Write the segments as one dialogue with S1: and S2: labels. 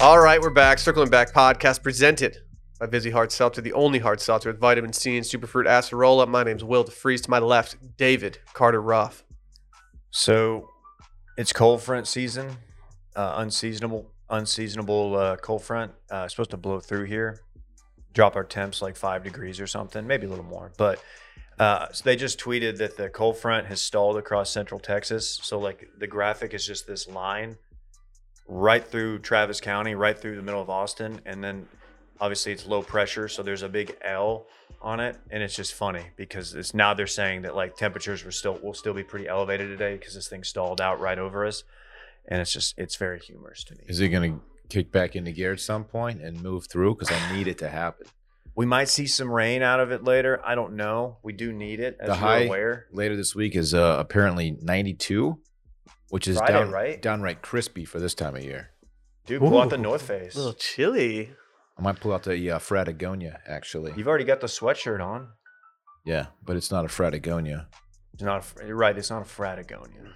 S1: All right, we're back. Circling Back podcast presented by Busy Hard Seltzer, the only hard seltzer with vitamin C and superfruit acerola. My name's Will DeFreeze. To my left, David Carter Ruff.
S2: So it's cold front season, uh, unseasonable, unseasonable uh, cold front. Uh, it's supposed to blow through here, drop our temps like five degrees or something, maybe a little more. But uh, so they just tweeted that the cold front has stalled across central Texas. So like the graphic is just this line right through Travis County, right through the middle of Austin, and then obviously it's low pressure, so there's a big L on it, and it's just funny because it's now they're saying that like temperatures were still will still be pretty elevated today because this thing stalled out right over us, and it's just it's very humorous to me.
S3: Is it going to kick back into gear at some point and move through? Because I need it to happen.
S2: We might see some rain out of it later. I don't know. We do need it as
S3: The
S2: you're
S3: high
S2: aware.
S3: Later this week is uh, apparently 92, which is
S2: Friday,
S3: down,
S2: right?
S3: downright crispy for this time of year.
S2: Dude, pull out
S1: Ooh.
S2: the North Face.
S1: A little chilly.
S3: I might pull out the uh, Fratagonia actually.
S2: You've already got the sweatshirt on.
S3: Yeah, but it's not a Fratagonia.
S2: It's not. A, fr- you're right. It's not a Fratagonia.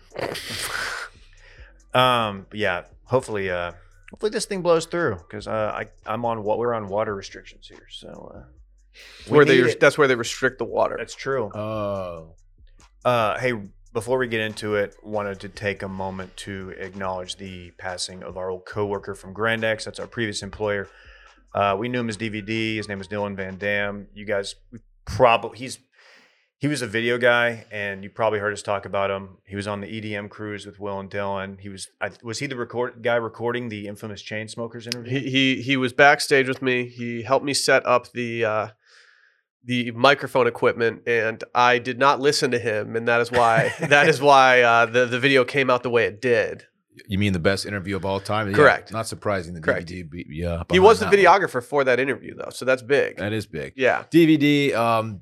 S2: um. but yeah. Hopefully. Uh. Hopefully this thing blows through because uh, I I'm on what we're on water restrictions here. So. Uh, we
S1: Where they
S2: need it.
S1: that's where they restrict the water.
S2: That's true.
S3: Oh,
S2: Uh. Hey. Before we get into it, wanted to take a moment to acknowledge the passing of our old coworker from Grand X. That's our previous employer. Uh, we knew him as DVD. His name was Dylan Van Dam. You guys, we probably he's he was a video guy, and you probably heard us talk about him. He was on the EDM cruise with Will and Dylan. He was I, was he the record guy recording the infamous Chainsmokers interview?
S1: He he he was backstage with me. He helped me set up the uh, the microphone equipment, and I did not listen to him, and that is why that is why uh, the the video came out the way it did.
S3: you mean the best interview of all time? Yeah,
S1: Correct.
S3: Not surprising. The
S1: Correct.
S3: DVD. Be, yeah,
S1: he was the
S3: behind that one.
S1: videographer for that interview, though, so that's big.
S3: That is big.
S1: yeah,
S3: DVD, um,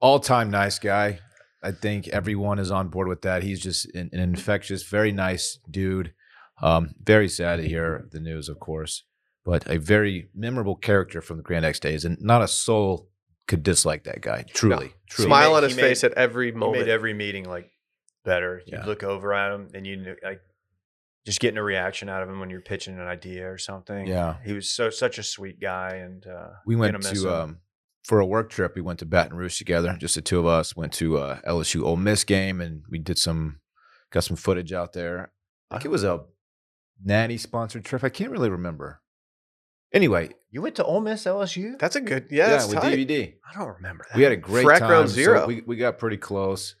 S3: all time nice guy. I think everyone is on board with that. He's just an, an infectious, very nice dude. Um, very sad to hear the news, of course, but a very memorable character from the Grand X days, and not a soul could dislike that guy. Truly, truly.
S1: smile
S2: made-
S1: on
S2: he
S1: his
S2: made-
S1: face at every
S2: He
S1: moment.
S2: made every meeting like better. You'd
S3: Yeah.
S2: look over at him, and you knew like just getting a reaction out of him when you're pitching an idea or something.
S3: Yeah,
S2: he was so such a sweet guy, and uh,
S3: we
S2: gonna
S3: went
S2: miss him.
S3: to um, for a work trip. We went to Baton Rouge together, just the two of us. Went to uh, LSU Ole Miss game, and we did some got some footage out there. I think it was a natty sponsored trip. I can't really remember. Anyway,
S2: You went to Ole Miss LSU?
S1: That's a good yeah.
S3: yeah,
S1: that's
S3: with
S1: tight.
S3: DVD,
S2: I don't remember that.
S3: we had a great
S1: Frack
S3: time.
S1: round
S3: so
S1: zero.
S3: we we got pretty close,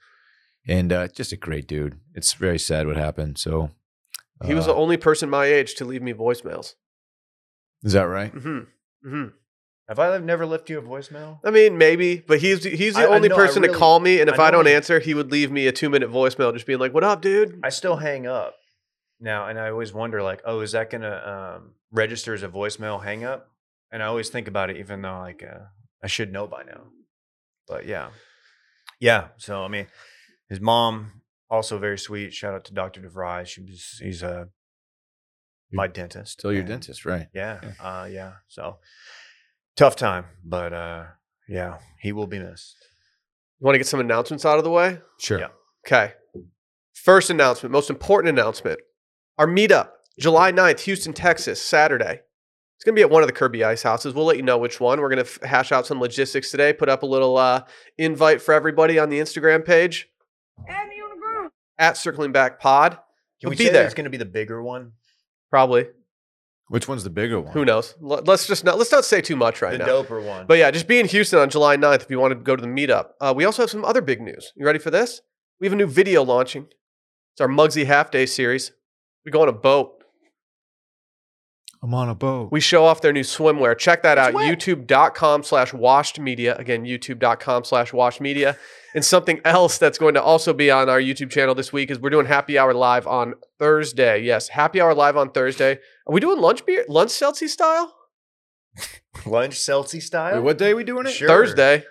S3: and uh, just a great dude. It's very sad what happened. So
S1: He was
S3: uh,
S1: the
S2: Uh-huh.
S1: only person my age to leave me voicemails.
S3: Is that right?
S1: hmm
S2: Mm-hmm.
S1: hmm
S2: Have I never left you a voicemail?
S1: I mean, maybe, but he's he's the
S2: I- I
S1: only
S2: know, I
S1: person to
S2: really-
S1: call me, and if
S2: I
S1: I,
S2: know
S1: don't
S2: he-
S1: answer, he would leave me a two minute voicemail, just being like, "What up, dude?"
S2: I still hang up now, and I always wonder, like, oh, is that gonna um, register as a voicemail hang up? And I always think about it, even though like uh, I should know by now. But yeah, yeah. So I mean, his mom also very sweet. Shout out to Doctor DeVry. She was he's uh, my dentist.
S3: Still your
S2: and-
S3: dentist, right?
S2: Yeah, uh, yeah. So tough time, but uh, yeah, he will be missed.
S1: You want to get some announcements out of the way?
S3: Sure.
S2: Yeah.
S1: Okay. First announcement, most important announcement. Our meetup, July 9th, Houston, Texas, Saturday. It's going to be at one of the Kirby Ice houses. We'll let you know which one. We're going to f- hash out some logistics today, put up a little uh, invite for everybody on the Instagram page
S4: Add me on the ground.
S1: at Circling Back Pod.
S2: Can
S1: He'll
S2: we
S1: be
S2: say that
S1: there.
S2: it's going to be the bigger one?
S1: Probably.
S3: Which one's the bigger one?
S1: Who knows? L- let's just not, let's not say too much right
S2: the
S1: now.
S2: doper one.
S1: But yeah, just be in Houston on July 9th if you want to go to the meetup. Uh, we also have some other big news. You ready for this? We have a new video launching. It's our Mugsy Half Day series. We go on a boat.
S3: I'm on a boat.
S1: We show off their new swimwear. Check that
S4: It's
S1: out.
S4: wet.
S1: YouTube.com slash washed media. Again, youtube.com slash washed media. And something else that's going to also be on our YouTube channel this week is we're doing happy hour live on Thursday. Yes, happy hour live on Thursday. Are we doing lunch beer, lunch Celsius style?
S2: Lunch Celtic style.
S3: Wait, what day are we doing it?
S2: Sure.
S1: Thursday.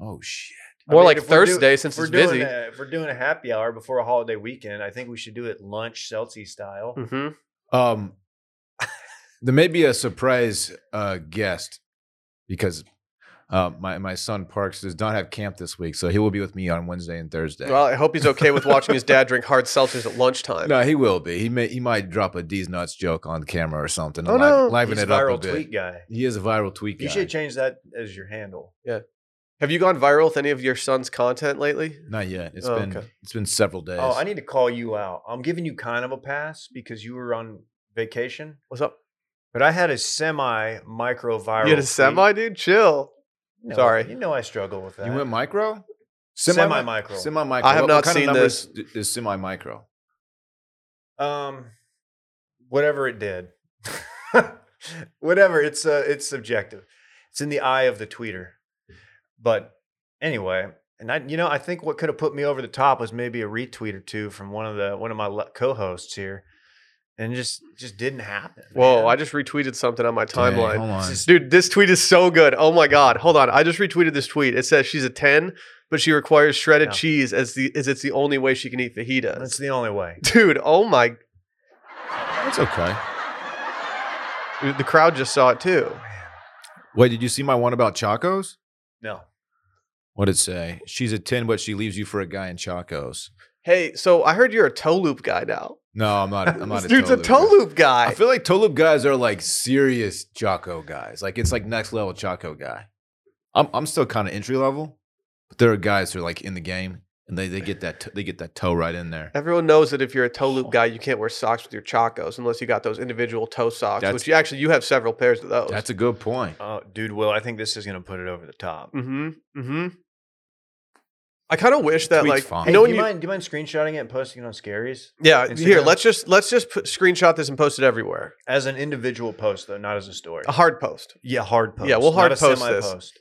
S3: Oh shit.
S2: I
S1: More
S2: mean,
S1: like
S2: if we're do-
S1: Thursday since
S2: if we're
S1: it's
S2: doing
S1: busy.
S2: A, if we're doing a happy hour before a holiday weekend, I think we should do it lunch Celtic style.
S3: Hmm.
S1: Mm-hmm.
S3: Um, there may be a surprise uh, guest because Uh, my my son Parks does not have camp this week, so he will be with me on Wednesday and Thursday.
S1: Well, I hope he's okay with watching his dad drink hard seltzers at lunchtime.
S3: no, he will be. He may he might drop a D's nuts joke on camera or something. to
S1: Oh,
S3: liven-
S1: no.
S3: liven
S2: He's
S3: it
S2: viral
S3: up a bit.
S2: tweet guy.
S3: He is a viral tweet
S2: You
S3: guy.
S2: should change that as your handle.
S1: Have you gone viral with any of your son's content lately?
S3: Not yet. It's
S1: Oh,
S3: been
S1: okay.
S3: it's been several days.
S2: Oh, I need to call you out. I'm giving you kind of a pass because you were on vacation,
S1: What's up?
S2: but I had a semi micro viral.
S1: You had a
S2: tweet.
S1: semi, dude? Chill.
S2: You know-
S1: Sorry.
S2: you know I struggle with that.
S3: you went micro.
S2: Semi-micro.
S3: Semi micro.
S1: I have not seen
S3: Is semi micro?
S2: um, whatever it did, whatever it's uh, it's subjective. It's in the eye of the tweeter. But anyway, and I, you know, I think what could have put me over the top was maybe a retweet or two from one of the one of my le- co-hosts here, and it just just didn't happen.
S1: Whoa,
S2: man.
S1: I just retweeted something on my timeline.
S3: Hold on.
S2: This is-
S1: Dude, this tweet is so good. Oh my god. Hold on. I just retweeted this tweet. It says she's a 10, but she requires shredded
S2: Yeah.
S1: cheese as the as it's the only way she can eat fajitas.
S2: that's the only way.
S1: Dude, oh my
S3: That's okay.
S1: the crowd just saw it too.
S3: Wait, did you see my one about Chacos?
S2: No.
S3: What did it say? She's a ten, but she leaves you for a guy in Chacos.
S1: Hey, so I heard you're a toe loop guy now.
S3: No, I'm not. I'm not.
S1: This dude's a
S3: Tolu
S1: toe
S3: guy.
S1: loop guy.
S3: I feel like Tolub guys are like serious Jocko guys. Like it's like next level Jocko guy. I'm I'm still kind of entry level, but there are guys who are like in the game and they, they get that t- they get that toe right in there.
S1: Everyone knows that if you're a toe
S3: Oh.
S1: loop guy, you can't wear socks with your chacos unless you got those individual toe socks,
S3: That's-
S1: which you actually you have several pairs of those.
S3: That's a good point.
S2: Oh, dude, Will, I think this is gonna put it over the top.
S1: mm-hmm. Mm-hmm. I kind of wish that
S3: Tweet's
S1: like
S3: fine.
S2: Hey,
S1: you know
S2: do
S1: when
S2: you,
S1: you
S2: mind, do you mind screenshotting it and posting it on Scaries
S1: yeah here
S2: Instagram?
S1: let's just let's just put, screenshot this and post it everywhere.
S2: as an individual post though, not as a story?
S1: A hard post.
S2: yeah, hard post.
S1: Yeah, we'll
S2: not
S1: hard
S2: a
S1: post
S2: semi
S1: this.
S2: post.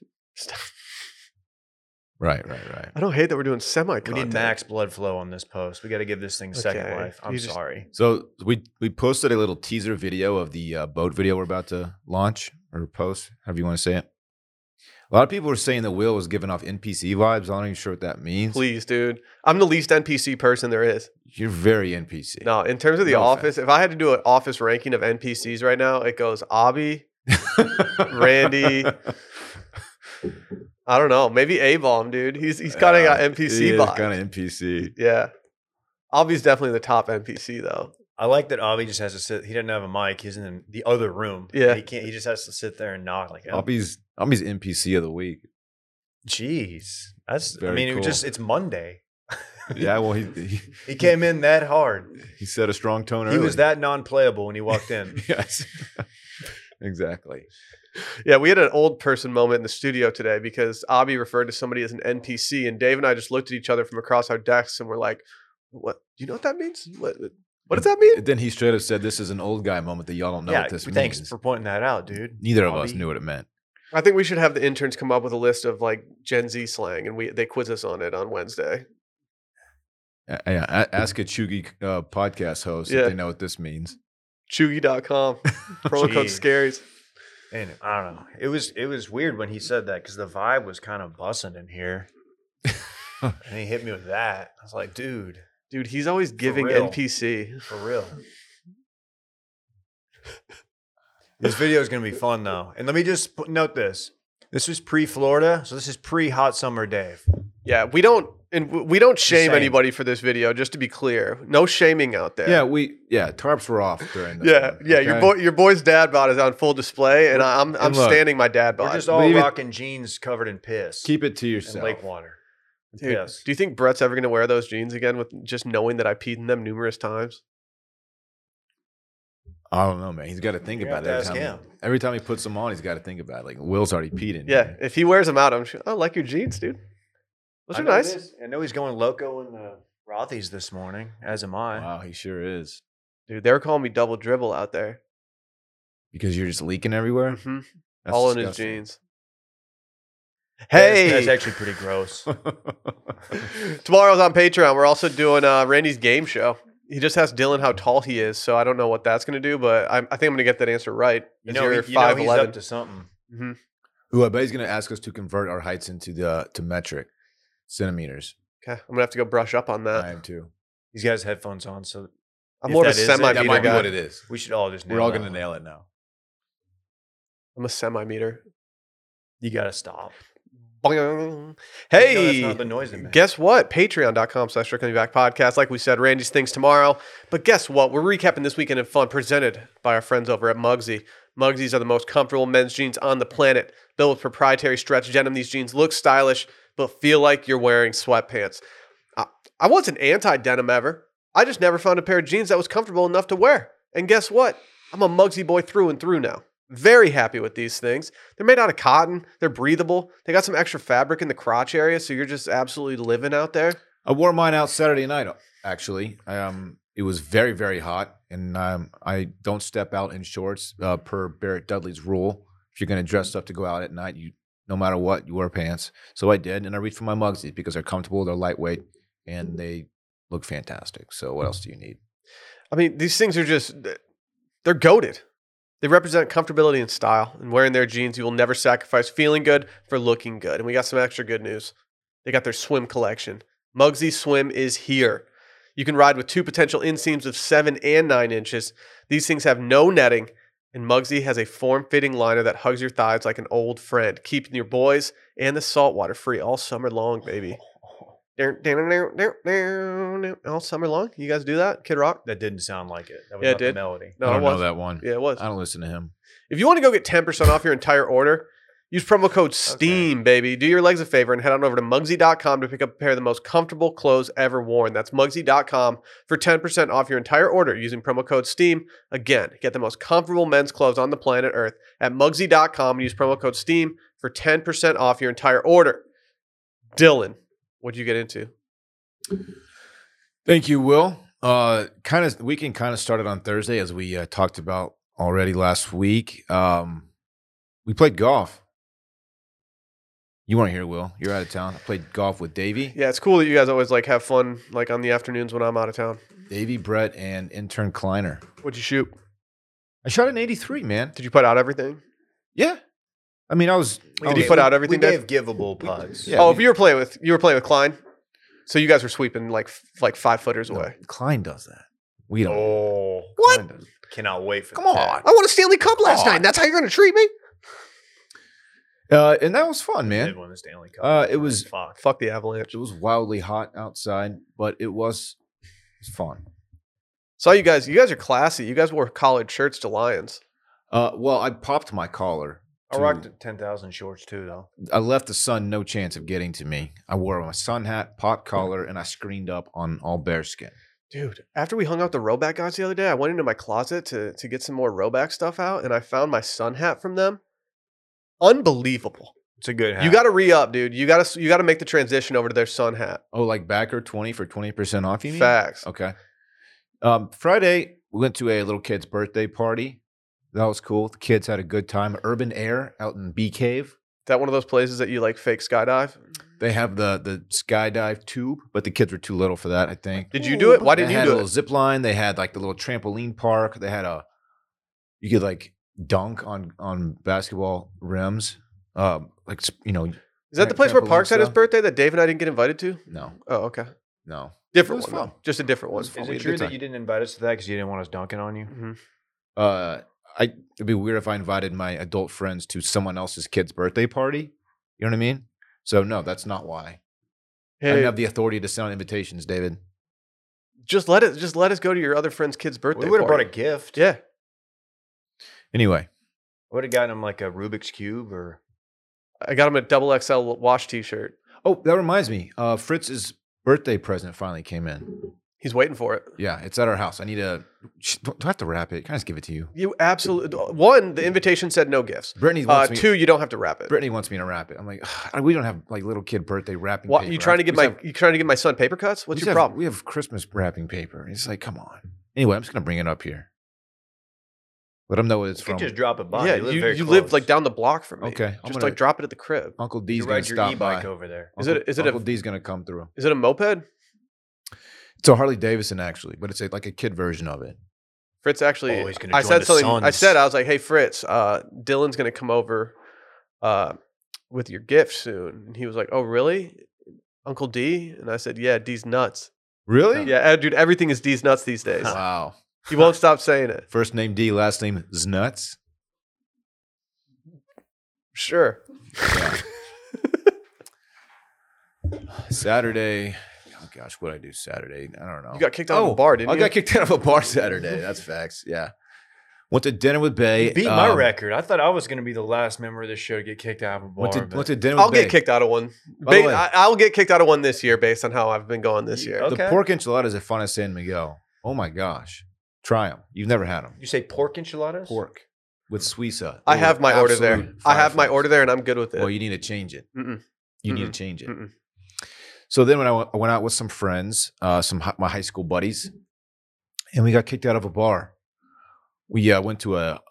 S3: Right, right, right.
S1: I don't hate that we're doing semi.
S2: We need max blood flow on this post. We got to give this thing second
S1: Okay,
S2: life. I'm
S1: you just-
S2: sorry.
S3: So we we posted a little teaser video of the uh, boat video we're about to launch or post, however you want to say it. A lot of people were saying the wheel was giving off NPC vibes. I'm not even sure what that means.
S1: Please, dude. I'm the least NPC person there is.
S3: You're very NPC.
S1: No, in terms of the
S3: No
S1: office, if I had to do an office ranking of NPCs right now, it goes Abby. Randy. I don't know. Maybe A bomb, dude. He's he's kind of got NPC vibes.
S3: Kind of NPC.
S1: Yeah. Obvi's definitely the top NPC though.
S2: I like that Avi just has to sit. He doesn't have a mic. He's in the other room.
S1: Yeah.
S2: he can't. He just has to sit there and knock. Like, oh,
S3: Obby's Obby's NPC of the week.
S2: jeez, that's. I
S3: Very
S2: mean, it
S3: cool.
S2: just it's Monday.
S3: Yeah, well, he he,
S2: He came in that hard.
S3: he set a strong tone
S2: He was that non-playable when he walked in.
S3: yes, exactly.
S1: Yeah, we had an old person moment in the studio today because Abby referred to somebody as an NPC, and Dave and I just looked at each other from across our desks and we're like, "What? Do you know what that means? What? uh, What does that mean?"
S3: Then he straight up said, "This is an old guy moment that y'all don't know
S2: yeah,
S3: what this
S2: thanks
S3: means."
S2: for pointing that out, dude.
S3: Neither of us
S2: Bobby.
S3: knew what it meant.
S1: I think we should have the interns come up with a list of like Gen Z slang, and we they quiz us on it on Wednesday.
S3: Uh, yeah, a- ask a Chugi uh, podcast host
S1: Yeah.
S3: if they know what this means.
S1: Chugi.com promo code
S2: Jeez.
S1: scaries.
S2: And I don't know. It was it was weird when he said that because the vibe was kind of bussing in here. and he hit me with that. I was like, dude,
S1: Dude, he's always giving
S2: real.
S1: NPC.
S2: for real. this video is gonna be fun though. And let me just put, note this: this was pre-Florida, so this is pre-hot summer, Dave.
S1: Yeah, we don't and w- we don't shame
S2: saying.
S1: anybody for this video. Just to be clear, no shaming out there.
S3: Yeah, we yeah tarps were off during. This
S1: Yeah,
S3: one,
S1: yeah. Your
S3: okay?
S1: boy, your boy's dad bod is on full display, and I- I'm I'm
S3: look,
S1: standing my dad
S2: We're
S1: bod.
S2: just all
S3: leave it-
S2: rocking jeans covered in piss
S3: Keep it to
S2: and
S3: yourself.
S2: lake water.
S1: Dude,
S2: yes.
S1: Do you think Brett's ever gonna wear those jeans again with just knowing that I peed in them numerous times?
S3: I don't know, man. He's got to think
S2: You're
S3: about
S2: gonna
S3: it. Every
S2: have to
S3: time,
S2: ask
S3: he, every time he puts them on, he's got to think about it. Like Will's already peed in.
S1: Mm-hmm. Yeah.
S3: here.
S1: If he wears them out, I'm sure. I like your jeans, dude. Those
S2: I
S1: are
S2: know
S1: nice.
S2: this- I know he's going loco in the Rothies this morning, as am I.
S3: Wow, he sure is.
S1: Dude, they were calling me double dribble out there.
S3: Because you're just leaking everywhere.
S1: hmm
S3: That's
S1: All in his
S3: disgusting.
S1: jeans.
S2: That's- that's
S1: Hey,
S2: actually pretty gross.
S1: tomorrow's on Patreon. We're also doing uh, Randy's game show. He just asked Dylan how tall he is, so I don't know what that's gonna do, but I, I think I'm gonna get that answer right.
S2: You
S1: as
S2: know,
S1: you're
S2: he- you know he's
S1: 5'11".
S2: up to something.
S1: Mhm.
S3: Who I bet he's going to ask us to convert our heights into the to metric centimeters.
S1: Okay, I'm gonna have to go brush up on that.
S3: I am too.
S2: He's got his headphones on, so
S1: I'm
S2: If
S1: more of a
S2: that is it,
S1: semi
S2: that
S1: meter
S2: might be
S1: guy.
S2: what
S3: is.
S2: we should all just.
S3: We're
S2: nail
S3: all
S2: that
S3: going
S2: one.
S3: to nail it now.
S1: I'm a semi meter.
S2: You gotta stop.
S1: Boing.
S2: You know
S1: Hey,
S2: that's not the noise it makes.
S1: guess what? Patreon.com slash Strictly Back Podcast. Like we said, Randy's Things tomorrow. But guess what? We're recapping this weekend in fun presented by our friends over at Mugsy. Mugsy's are the most comfortable men's jeans on the planet. Built with proprietary stretch denim, these jeans look stylish, but feel like you're wearing sweatpants. I, I wasn't anti denim ever. I just never found a pair of jeans that was comfortable enough to wear. And guess what? I'm a Mugsy boy through and through now. Very happy with these things. They're made out of cotton. They're breathable. They got some extra fabric in the crotch area, so you're just absolutely living out there.
S3: I wore mine out Saturday night. Actually, um, it was very very hot, and um, I don't step out in shorts uh, per Barrett Dudley's rule. If you're going to dress up to go out at night, you no matter what you wear pants. So I did, and I reached for my Mugsy because they're comfortable, they're lightweight, and they look fantastic. So what else do you need?
S1: I mean, these things are just uh, they're goaded. They represent comfortability and style. And wearing their jeans, you will never sacrifice feeling good for looking good. And we got some extra good news. They got their swim collection. Mugsy Swim is here. You can ride with two potential inseams of seven and nine inches. These things have no netting, and Mugsy has a form fitting liner that hugs your thighs like an old friend, keeping your boys and the saltwater free all summer long, baby. All summer long? You guys do that? Kid Rock?
S2: That didn't sound like it. That was
S1: Yeah, it
S2: not the
S1: did.
S2: melody.
S1: No,
S3: I
S1: it
S3: don't know
S1: wasn't.
S3: that one.
S1: Yeah, it was.
S3: I don't listen to him.
S1: If you want to go get 10% off your entire order, use promo code STEAM, baby. Do your legs a favor and head on over to Mugsy.com to pick up a pair of the most comfortable clothes ever worn. That's Mugsy.com for 10% off your entire order using promo code STEAM. Again, get the most comfortable men's clothes on the planet Earth at Mugsy.com and use promo code STEAM for 10% off your entire order. Dylan, what'd you get into?
S3: Thank you, Will. Uh, kind of weekend kind of started on Thursday as we uh, talked about already last week. Um, we played golf. You weren't here, Will. You're out of town. I played golf with Davey,
S1: Yeah, it's cool that you guys always like have fun like on the afternoons when I'm out of town.
S3: Davey, Brett, and intern Kleiner.
S1: What'd you shoot?
S3: I shot an 83, man.
S1: Did you put out everything?
S3: Yeah, I mean, I was.
S1: Did
S3: I
S1: you
S3: was-
S1: put out everything,
S2: We
S1: Dave?
S2: gave givable putts.
S3: Yeah.
S1: oh, if you were playing with you were playing with Klein, so you guys were sweeping like f- like five footers
S3: no,
S1: away.
S3: Klein does that. We don't.
S2: Oh,
S1: What?
S3: Klein does-
S2: cannot wait for.
S3: Come
S2: the
S3: on.
S2: tag.
S1: I won a Stanley Cup last night. And that's how you're going to treat me?
S3: Uh, and that was fun,
S2: They
S3: man.
S2: won the Stanley Cup.
S3: Uh, it was-
S2: fuck.
S1: Fuck the Avalanche.
S3: It was wildly hot outside, but it was, it was fun.
S1: Saw you guys. You guys are classy. You guys wore collared shirts to Lions.
S3: Uh, well, I popped my collar.
S2: I
S3: to-
S2: rocked ten thousand shorts too, though.
S3: I left the sun no chance of getting to me. I wore my sun hat, pot collar, and I screened up on all bearskin.
S1: Dude, after we hung out with the Roback guys the other day, I went into my closet to to get some more Roback stuff out, and I found my sun hat from them. Unbelievable!
S2: It's a good.
S1: You got to re up, dude. You got to you got to make the transition over to their sun hat.
S3: Oh, like backer twenty for twenty percent off. You mean?
S1: Facts.
S3: Okay. Um, Friday we went to a little kid's birthday party. That was cool. The kids had a good time. Urban Air out in Bee Cave.
S1: Is that one of those places that you like fake skydive?
S3: They have the the skydive tube, but the kids were too little for that. I think.
S1: Did you do it? Why didn't
S3: they
S1: you
S3: had a
S1: do
S3: little
S1: it?
S3: zip line. They had like the little trampoline park. They had a you could like dunk on on basketball rims. Um, like s- you know,
S1: Is that the place where
S3: trampoline
S1: Parks had his
S3: stuff?
S1: birthday that Dave and I didn't get invited to?
S3: no,
S1: Oh, okay.
S3: no.
S1: Different
S3: It was
S1: one. though.
S3: fun.
S1: Just a different one.
S3: was fun.
S2: Is
S3: We
S2: it
S3: had a good
S2: true that
S3: time.
S2: you didn't invite us to that because you didn't want us dunking on you?
S1: Mhm.
S3: Uh, I it'd be weird if I invited my adult friends to someone else's kid's birthday party. You know what I mean? So no, that's not why. I
S1: Hey,
S3: don't have the authority to send invitations, David.
S1: just let it. Just let us go to your other friend's kid's birthday.
S2: We would have brought
S1: party.
S2: a gift.
S1: Yeah,
S3: Anyway,
S2: Would have gotten him like a Rubik's cube or
S1: I got him a double XL wash T-shirt.
S3: oh, that reminds me. Uh, Fritz's birthday present finally came in.
S1: He's waiting for it.
S3: Yeah, it's at our house. I need to. sh- Do I have to wrap it? Can I just give it to you?
S1: You absolutely. One, the invitation said no gifts.
S3: Brittany
S1: Uh,
S3: wants me.
S1: two, you don't have to wrap it.
S3: Brittany wants me to wrap it. I'm like, "Ugh, we don't have like little kid birthday wrapping.
S1: What
S3: paper.
S1: you trying to get
S3: We
S1: my?
S3: have-
S1: you trying to get my son paper cuts? What's
S3: we
S1: your
S3: have-
S1: problem?
S3: We have Christmas wrapping paper. And It's like, come on. Anyway, I'm just gonna bring it up here. Let them know what it's
S2: you could
S3: from.
S2: just drop it by.
S1: yeah,
S2: you live,
S1: you,
S2: very
S1: you live
S2: close.
S1: like down the block from me.
S3: okay, I'm
S1: just
S3: gonna-
S1: like drop it at the crib.
S3: Uncle
S2: You
S3: D's gonna
S2: ride your
S3: stop by.
S2: e-bike over there.
S1: Is
S3: Uncle-
S1: it- is it a-
S3: Uncle D's gonna come through?
S1: Is it a moped?
S3: It's a Harley Davidson actually, but it's a, like a kid version of it.
S1: Fritz actually.
S2: Oh, he's gonna
S1: I
S2: join
S1: said
S2: the
S1: something. I
S2: Suns.
S1: said I was like, "Hey, Fritz, uh, Dylan's gonna come over uh, with your gift soon." And he was like, "Oh, really, Uncle D?" And I said, "Yeah, D's nuts.
S3: Really?
S1: Yeah, eh, dude, everything is D's nuts these days.
S3: Wow.
S1: he won't stop saying it.
S3: First name D, last name Znuts.
S1: Sure,
S3: Saturday. Oh gosh, what I do Saturday? I don't know.
S1: You got kicked out of a bar, didn't
S3: I
S1: you?
S3: got Oh, kicked out of a bar Saturday. That's facts. Yeah. Went to dinner with Bay.
S2: You beat my
S3: um,
S2: record. I thought I was going to be the last member of this show to get kicked out of a bar.
S3: Went to,
S2: but-
S3: went to dinner with
S1: I'll
S3: Bay.
S1: get kicked out of one.
S3: By the
S1: Ba-
S3: way- uh,
S1: I, I'll get kicked out of one this year based on how I've been going this year.
S2: Yeah.
S3: The
S2: Okay.
S3: pork enchiladas at Fun at San Miguel. Oh my gosh. Try them. You've never had them.
S2: you say pork enchiladas?
S3: Pork with Suiza.
S1: I
S3: Oh,
S1: have my order there.
S3: absolute
S1: I have my
S3: fireflies.
S1: order there, and I'm good with it.
S3: Well, you need to change it.
S1: Mm-mm.
S3: You need to
S1: Mm-mm.
S3: change it.
S1: Mm-mm.
S3: So then when I went, I went out with some friends, uh, some hi- my high school buddies, and we got kicked out of a bar. We uh, went to a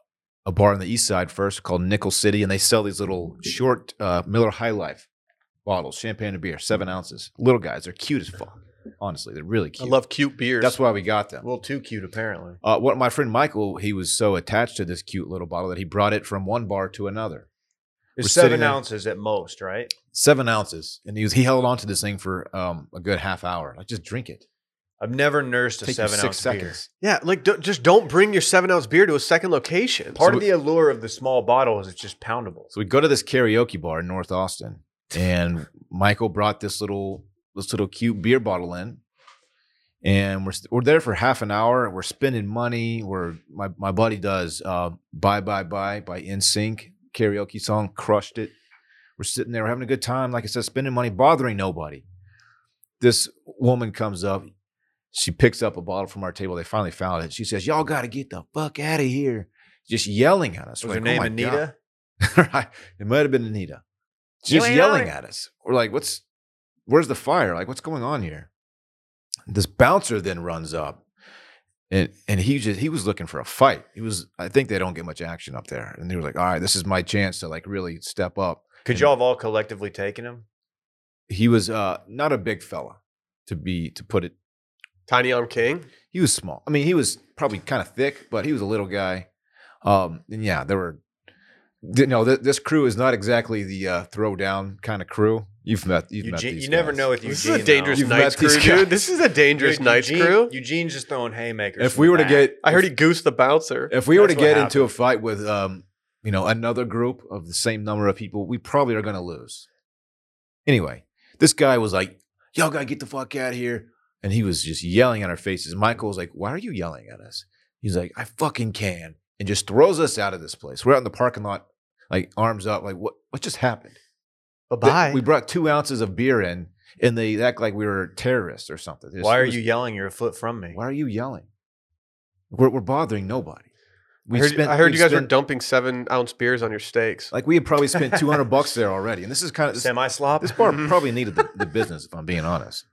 S3: a bar on the east side first called Nickel City, and they sell these little short uh, Miller High Life bottles, champagne and beer, seven ounces. Little guys, they're cute as fuck. Honestly, they're really
S1: I
S3: cute.
S1: love cute beers.
S3: That's why we got
S2: A
S3: them.
S2: little too cute, apparently.
S3: Uh, what my friend Michael, he was so attached to this cute little bottle that he brought it from one bar to another.
S2: It's
S3: We're sitting
S2: seven
S3: there-
S2: ounces at most, right?
S3: Seven ounces, and he was he held on to this thing for um, a good half hour. Like just drink it.
S2: I've never nursed a
S3: Take you
S2: seven
S3: six
S2: ounce beer.
S3: seconds.
S1: yeah, like do, just don't bring your seven ounce beer to a second location.
S2: Part
S3: So
S2: of the allure of the small bottle is it's just poundable.
S3: So we go to this karaoke bar in North Austin, and Michael brought this little this little cute beer bottle in, and we're st- we're there for half an hour. We're spending money. We're my my buddy does uh, "Bye Bye Bye" by NSYNC karaoke song, crushed it. We're sitting there, we're having a good time. Like I said, spending money, bothering nobody. This woman comes up. She picks up a bottle from our table. They finally found it. She says, "Y'all got to get the fuck out of here!" Just yelling at us.
S2: Was
S3: We're
S2: her
S3: like,
S2: name
S3: "Oh my God."
S2: Anita?
S3: right? It might have been Anita.
S2: You
S3: Just
S2: ain't
S3: yelling
S2: on it.
S3: at us. We're like, what's where's the fire? Like, what's going on here? This bouncer then runs up. And and he just he was looking for a fight. He was, I think they don't get much action up there. And they were like, all right, this is my chance to like really step up.
S2: Could y'all have all collectively taken him?
S3: He was uh not a big fella to be to put it.
S1: Tiny Arm King.
S3: He was small. I mean, he was probably kind of thick, but he was a little guy. Um, and yeah, there were th- no. Th- this crew is not exactly the uh, throwdown kind of crew. You've met. You've met
S2: Eugene,
S3: these
S2: you never
S3: guys.
S2: know with Eugene.
S1: This is a
S2: though.
S1: dangerous
S3: You've
S1: nights
S3: met these
S1: crew, dude.
S3: guys.
S1: This is a dangerous
S2: Dude,
S1: nights
S2: Eugene-
S1: crew.
S2: Eugne's just throwing haymakers.
S3: If
S2: from
S3: we
S2: the
S3: were to
S2: back.
S3: get,
S1: I heard he goosed the bouncer.
S3: if we were to
S2: That's what
S3: get into a fight with, um, you know, another group of the same number of people, we probably are going to lose. Anyway, this guy was like, "Y'all gotta get the fuck out of here," and he was just yelling at our faces. Michael was like, "Why are you yelling at us?" He's like, "I fucking can," and just throws us out of this place. We're out in the parking lot, like arms up, like what? What just happened? They- We brought two ounces of beer in, and they act like we were terrorists or something. It was-
S2: why
S3: it
S2: are
S3: was
S2: you yelling? You're a foot from me.
S3: why are you yelling? We're, we're bothering nobody.
S1: I
S3: We
S1: heard, I heard
S3: we've
S1: you guys were
S3: spent-
S1: dumping seven ounce beers on your steaks.
S3: Like we had probably spent two hundred bucks there already, and this is kind of this,
S2: Semi Mm-hmm. slop.
S3: this bar probably needed the, the business if I'm being honest.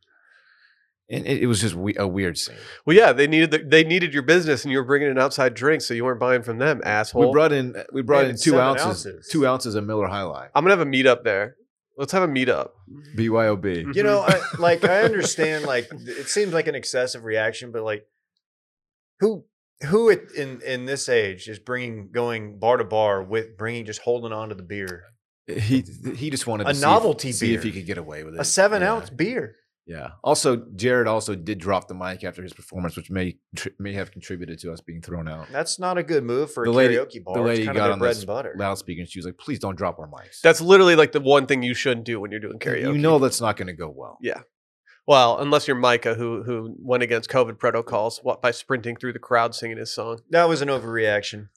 S3: And it, it was just we, a weird scene.
S1: Well, yeah, they needed the, they needed your business, and you were bringing in outside drinks, so you weren't buying from them, asshole.
S3: We brought in we brought
S2: Man,
S3: in
S2: it's
S3: two
S2: seven
S3: ounces,
S2: ounces.
S3: two ounces of Miller High Life,
S1: I'm gonna have a meetup there. Let's have a meetup.
S3: BYOB.
S2: You know, I,
S3: Mm-hmm.
S2: like I understand. Like it seems like an excessive reaction, but like who who at, in in this age is bringing going bar to bar with bringing just holding on to the beer
S3: He he just wanted
S2: Mm-hmm.
S3: to
S2: A
S3: see if-
S2: novelty
S3: see if he
S2: beer.
S3: could get away with it.
S2: a seven
S3: Yeah.
S2: ounce beer.
S3: Yeah. Also, Jared also did drop the mic after his performance, which may may have contributed to us being thrown out.
S2: That's not a good move for a
S3: The lady-
S2: karaoke bar.
S3: the lady
S2: it's kind
S3: got
S2: of their
S3: on
S2: bread
S3: this
S2: and butter.
S3: Loudspeaker, and she was like, "Please don't drop our mics."
S1: That's literally like the one thing you shouldn't do when you're doing karaoke.
S3: You know that's not going to go well.
S1: Yeah. well, unless you're Micah, who who went against COVID protocols what, by sprinting through the crowd singing his song.
S2: That was an overreaction.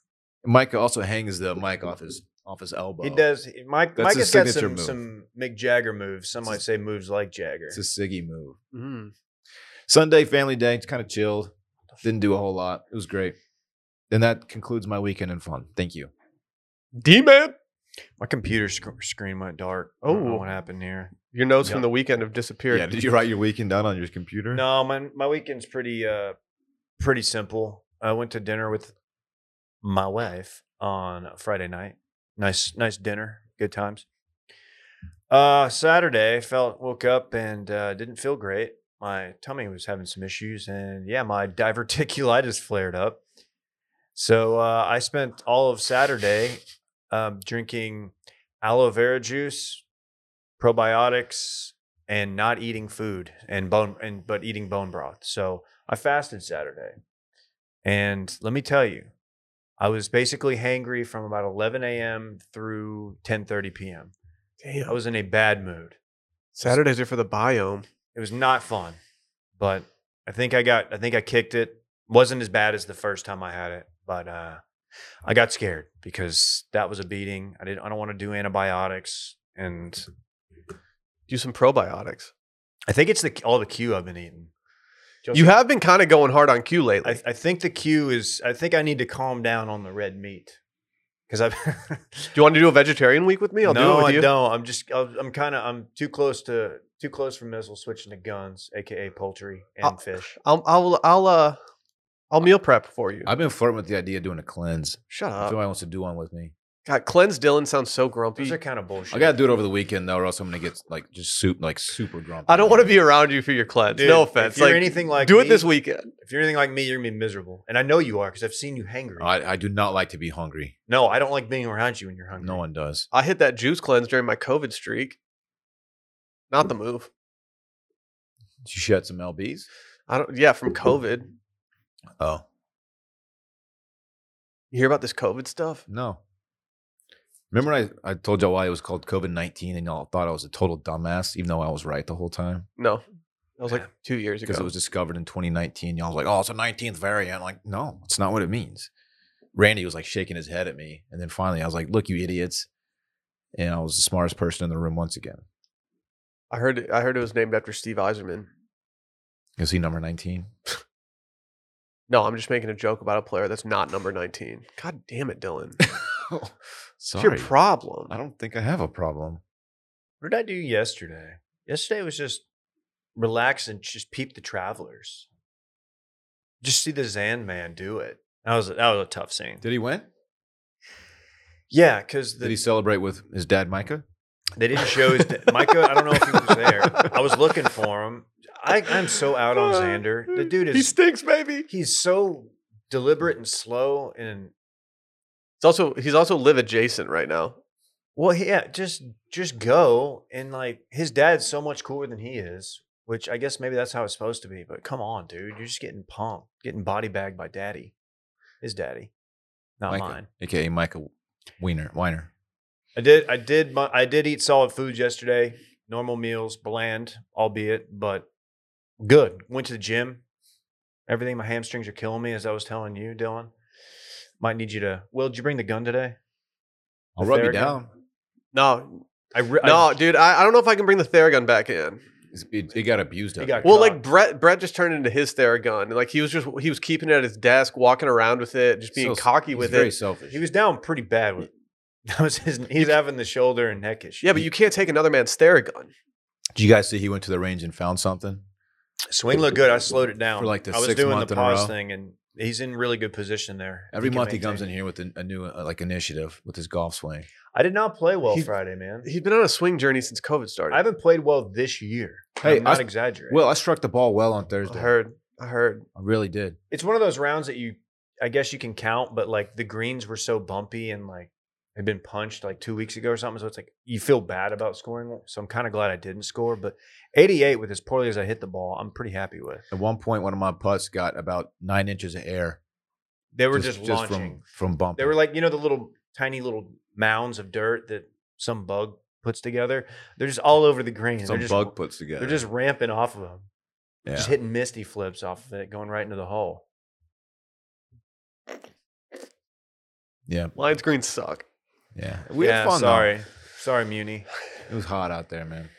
S3: Micah also hangs the mic off his off his elbow.
S2: He does. he- Mike,
S3: That's
S2: Mike
S3: his
S2: has got
S3: signature
S2: some,
S3: move.
S2: some Mick Jagger moves. Some
S3: It's
S2: might
S3: his-
S2: say moves like Jagger.
S3: It's a Siggy move.
S1: Mm.
S3: Sunday family day. It's kind of chilled. Didn't do a whole lot. It was great. And that concludes my weekend and fun. Thank you.
S1: D man,
S2: My computer sc- screen went dark. I don't know
S1: Oh.
S2: what happened here?
S1: your notes
S2: Yeah.
S1: from the weekend have disappeared.
S3: you write your weekend down on your computer?
S2: No, my my weekend's pretty uh pretty simple. I went to dinner with my wife on Friday night. Nice nice dinner, good times. Uh Saturday, felt woke up and uh, didn't feel great. My tummy was having some issues, and yeah, my diverticulitis flared up. So uh, I spent all of Saturday um, drinking aloe vera juice, probiotics, and not eating food and bone and but eating bone broth. So I fasted Saturday. And let me tell you, I was basically hangry from about 11 a.m. through 10:30 p.m.
S1: Damn.
S2: I was in a bad mood.
S1: Saturdays are for the biome.
S2: It was not fun, but I think I got. I think I kicked it. wasn't as bad as the first time I had it, but uh, I got scared because that was a beating. I didn't. I don't want to do antibiotics, and
S1: Do some probiotics.
S2: I think it's the all the Q I've been eating.
S1: You have been kind of going hard on Q lately.
S2: I, I think the Q is. I think I need to calm down on the red meat because I've.
S1: do you want to do a vegetarian week with me? I'll
S2: no,
S1: do it with
S2: I
S1: you.
S2: don't. I'm just. I'm, I'm kind of. I'm too close to too close for missiles. Switching to guns, aka poultry and
S1: I'll-
S2: fish.
S1: I'll I'll I'll uh I'll meal prep for you.
S3: I've been flirting with the idea of doing a cleanse.
S1: Shut
S3: If
S1: up.
S3: anyone wants to do one with me,
S1: God, cleanse Dylan sounds so
S2: Those
S1: grumpy.
S2: are kind of bullshit.
S3: I gotta do it over the weekend though, or else I'm gonna get like just soup like super grumpy.
S1: I don't want to be around you for your cleanse.
S2: Dude,
S1: no offense.
S2: If you're
S1: Like,
S2: anything like
S1: do it this
S2: me-
S1: weekend.
S2: If you're anything like me, you're gonna be miserable, and I know you are because I've seen you hangry.
S3: I, I do not like to be hungry.
S2: no, I don't like being around you when you're hungry.
S3: No one does.
S1: I hit that juice cleanse during my COVID streak. Not the move.
S3: Did you shed some lbs?
S1: I don't. Yeah, from COVID.
S3: Oh
S1: You hear about this COVID stuff?
S3: no. Remember I, I told y'all why it was called COVID nineteen and y'all thought I was a total dumbass, even though I was right the whole time
S1: No, that was like
S2: Yeah.
S1: two years ago.
S3: because it was discovered in 2019. Y'all was like, oh, it's a 19th variant. Like, no, it's not what it means. Randy was like shaking his head at me, and then finally I was like, look, you idiots, and I was the smartest person in the room once again.
S1: I heard. I heard it was named after Steve Eiserman.
S3: Is he number 19?
S1: No, I'm just making a joke about a player that's not number 19. God damn it, Dylan.
S3: Oh,
S1: It's
S3: Sorry.
S1: your problem.
S3: I don't think I have a problem.
S2: What did I do yesterday? Yesterday was just relax and just peep the travelers. Just see the Zan man do it. That was that was a tough scene.
S3: Did he win?
S2: Yeah, because
S3: Did he
S2: the,
S3: celebrate with his dad, Micah?
S2: they didn't show his Micah. I don't know if he was there. I was looking for him. I, I'm so out on Xander. The dude
S1: He
S2: is
S1: stinks, baby.
S2: he's so deliberate and slow and
S1: It's also he's also live adjacent right now.
S2: Well, yeah, just just go and like his dad's so much cooler than he is, which I guess maybe that's how it's supposed to be. But come on, dude, you're just getting pumped, getting body bagged by daddy, his daddy, not
S3: Micah,
S2: mine.
S3: AKA Micah Weiner. Weiner.
S2: I did, I did, my, I did eat solid foods yesterday. Normal meals, bland, albeit, but good. Went to the gym. Everything, my hamstrings are killing me, as I was telling you, Dylan. Might need you to. Will, did you bring the gun today?
S3: I'll
S2: The
S3: rub you
S2: Theragun?
S3: down.
S1: No,
S2: I re- I-
S1: no, dude. I, I don't know if I can bring the Theragun back in.
S3: It's- It, it got abused.
S2: He
S3: up
S2: got
S3: here.
S1: Well,
S2: God.
S1: like Brett, Brett just turned into his Theragun. And, Like he was just he was keeping it at his desk, walking around with it, just being
S3: So-
S1: cocky
S3: he's
S1: with
S3: very
S1: it.
S3: selfish.
S2: He was down pretty bad. With, that was his. He's having the shoulder and neck issue.
S1: Yeah, but you can't take another man's Theragun.
S3: Did you guys see he went to the range and found something?
S2: swing looked good. I slowed it down
S3: For like the
S2: I was
S3: sixth
S2: doing
S3: month
S2: the
S3: in a
S2: pause
S3: row.
S2: thing, and he's in really good position there.
S3: Every
S2: can
S3: month he comes in
S2: maintain.
S3: here with a, a new uh, like initiative with his golf swing.
S2: I did not play well
S1: He-
S2: Friday, man.
S1: He's been on a swing journey since COVID
S2: I
S1: started.
S2: haven't played well this year.
S3: Hey,
S2: Hey, I'm not
S3: I-
S2: exaggerating.
S3: Well, I struck the ball well on
S1: I
S3: Thursday.
S1: heard. I heard.
S3: I really did.
S2: it's one of those rounds that you, I guess you can count, but like the greens were so bumpy and like had been punched like two weeks ago or something. So it's like you feel bad about scoring. So I'm kind of glad I didn't score. But 88 with as poorly as I hit the ball, I'm pretty happy with.
S3: At one point, one of my putts got about nine inches of air.
S2: They were just, launching.
S3: from from bumping.
S2: They were like, you know, the little tiny little mounds of dirt that some bug puts together. They're just all over the green.
S3: some
S2: they're just,
S3: bug puts together.
S2: They're just ramping off of them.
S3: yeah.
S2: Just hitting misty flips off of it, going right into the hole.
S3: yeah,
S1: Lions greens suck.
S3: yeah. We
S2: Yeah,
S3: had fun. though.
S2: Sorry. Sorry, Muni.
S3: it was hot out there, man.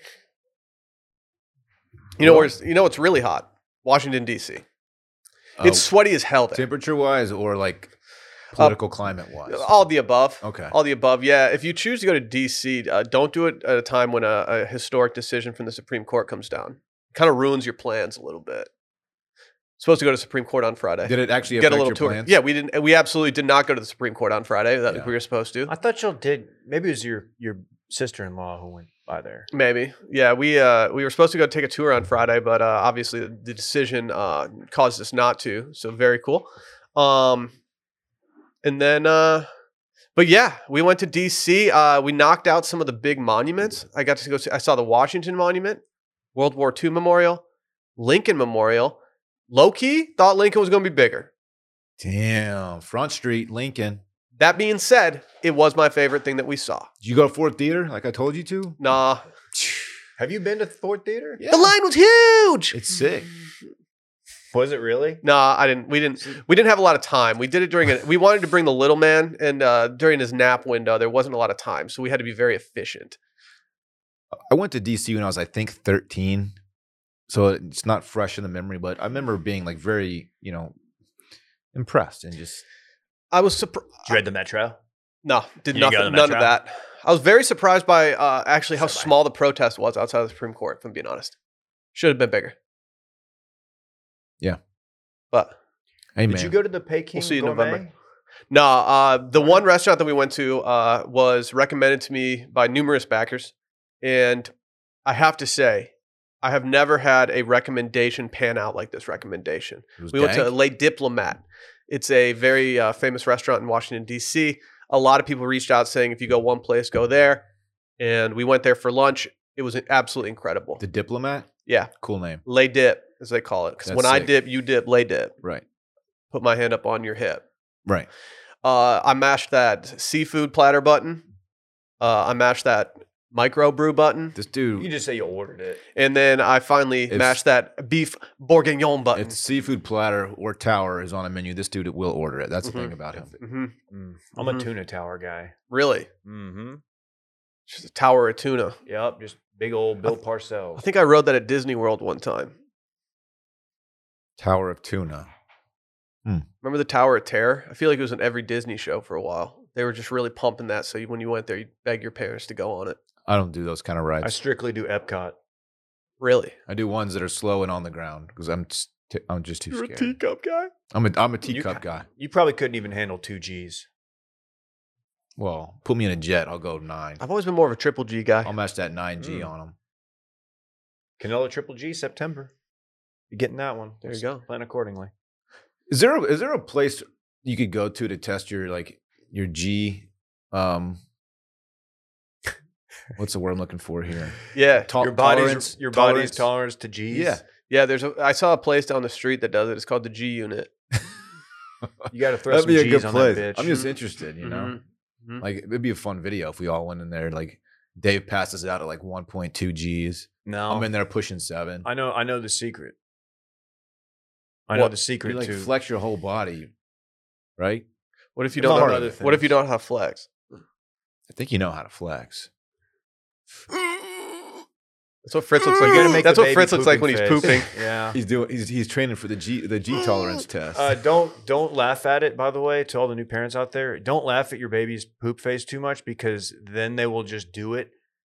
S1: You know where's you know what's really hot? Washington D.C. It's
S3: Oh.
S1: sweaty as hell there.
S3: temperature wise Uh, or like political climate wise.
S1: All the above.
S3: Okay.
S1: All the above. Yeah. If you choose to go to D.C., uh, don't do it at a time when a, a historic decision from the Supreme Court comes down. Kind of ruins your plans a little bit. Supposed to go to Supreme Court on Friday.
S3: Did it actually
S1: Get
S3: affect
S1: a little
S3: your
S1: tour.
S3: plans?
S1: Yeah, we didn't. We absolutely did not go to the Supreme Court on Friday that
S3: Yeah.
S1: we were supposed to.
S2: I thought y'all did. Maybe it was your your sister in law who went by there.
S1: Maybe. Yeah, we uh, we were supposed to go take a tour on Friday, but uh, obviously the decision uh, caused us not to. So very cool. Um, and then, uh, but yeah, we went to DC. Uh, we knocked out some of the big monuments. I got to go. See, I saw the Washington Monument, World War II Memorial, Lincoln Memorial. Low key thought Lincoln was going to be bigger.
S3: Damn. Front Street, Lincoln.
S1: That being said, it was my favorite thing that we saw.
S3: Did you go to Ford Theater like I told you to?
S1: Nah,
S2: Have you been to Ford Theater?
S3: Yeah.
S1: the line was huge.
S3: It's sick.
S2: Was it really?
S1: Nah, I didn't. We didn't. We didn't have a lot of time. We did it during. A, we wanted to bring the little man, and uh, during his nap window, there wasn't a lot of time, so we had to be very efficient.
S3: I went to DC when I was, I think, 13. So it's not fresh in the memory, but I remember being like very, you know, impressed and just
S1: I was surprised.
S2: Did you ride the metro?
S1: No, did
S2: You didn't go to
S1: nothing.
S2: the
S1: None of
S2: metro?
S1: that. I was very surprised by uh, actually how
S2: So am I.
S1: small the protest was outside of the Supreme Court. If I'm being honest, should have been bigger.
S3: Yeah.
S1: but
S3: hey,
S2: Did you
S3: man,
S2: go to the Peking
S1: see you in
S2: Gourmet?
S1: November. no. Uh, the one restaurant that we went to uh, was recommended to me by numerous backers, and I have to say, I have never had a recommendation pan out like this recommendation.
S3: it was
S1: We went to
S3: dank?
S1: Le Diplomat. It's a very uh, famous restaurant in Washington, D.C. A lot of people reached out saying, if you go one place, go there. And we went there for lunch. It was absolutely incredible.
S3: the diplomat.
S1: Yeah.
S3: Cool name.
S1: Lay dip, as they call it. Because
S3: That's
S1: when I
S3: sick.
S1: dip, you dip, lay dip.
S3: Right.
S1: Put my hand up on your hip.
S3: Right.
S1: Uh, I mashed that seafood platter button. Uh, I mashed that micro brew button.
S3: This
S2: You
S3: dude,
S2: just say you ordered it.
S1: And then I finally
S3: It's-
S1: mashed that beef bourguignon button.
S3: if seafood platter or tower is on a menu, this dude will order it. That's the thing
S1: Mhm.
S3: about him.
S1: Mhm.
S2: Mm, I'm
S1: Mhm.
S2: a tuna tower guy.
S1: Really?
S2: Mm-hmm.
S1: Just a tower of tuna.
S2: Yep, just big old Bill Parcells.
S1: I think I rode that at Disney World one time.
S3: Tower of tuna.
S1: Remember the Tower of Terror? I feel like it was on every Disney show for a while. They were just really pumping that. So you, when you went there, you'd beg your parents to go on it.
S3: I don't do those kind of
S2: I
S3: rides.
S2: strictly do Epcot.
S1: Really?
S3: I do ones that are slow and on the ground because I'm just, t- I'm just too scared.
S1: teacup guy?
S3: I'm a I'm a
S2: You
S3: teacup
S2: ca-
S3: guy.
S2: You probably couldn't even handle two G's.
S3: Well, put me in a jet. I'll go nine.
S1: I've always been more of a triple G guy.
S3: I'll match that nine G
S2: Mm.
S3: on him.
S2: Canelo Triple G September. You're getting that one.
S1: There you go.
S2: Plan accordingly.
S3: Is there a, is there a place you could go to to test your like your G? Um, what's the word I'm looking for here?
S1: yeah.
S3: Tol-
S2: your body's
S3: tolerance-
S2: your body's tolerance
S3: tolerance.
S2: to G's.
S3: Yeah.
S1: Yeah, there's a I saw a place down the street that does it. It's called the G unit.
S2: You got to throw some G's on that bitch. Mm-hmm.
S3: I'm just interested, you know.
S1: Mm-hmm.
S3: Like it'd be a fun video if we all went in there. Like Dave passes out at like 1.2 G's.
S2: no,
S3: I'm in there pushing seven.
S2: Oh. I know. I know the secret. I know
S1: What?
S2: the
S3: You
S2: secret
S3: like
S2: to
S3: flex your whole body, right?
S1: What if you
S2: There's
S1: don't
S2: a lot
S1: know
S2: of
S1: how,
S2: other
S1: what if you
S2: things.
S1: don't have flex?
S3: I think you know how to flex.
S1: That's what Fritz looks like.
S2: You gotta make
S1: That's
S2: the
S1: what
S2: baby
S1: Fritz looks like when he's
S2: face.
S1: pooping.
S2: yeah.
S3: He's doing. He's, he's training for the G the G tolerance test.
S2: Uh, don't don't laugh at it. By the way, to all the new parents out there, don't laugh at your baby's poop face too much because then they will just do it,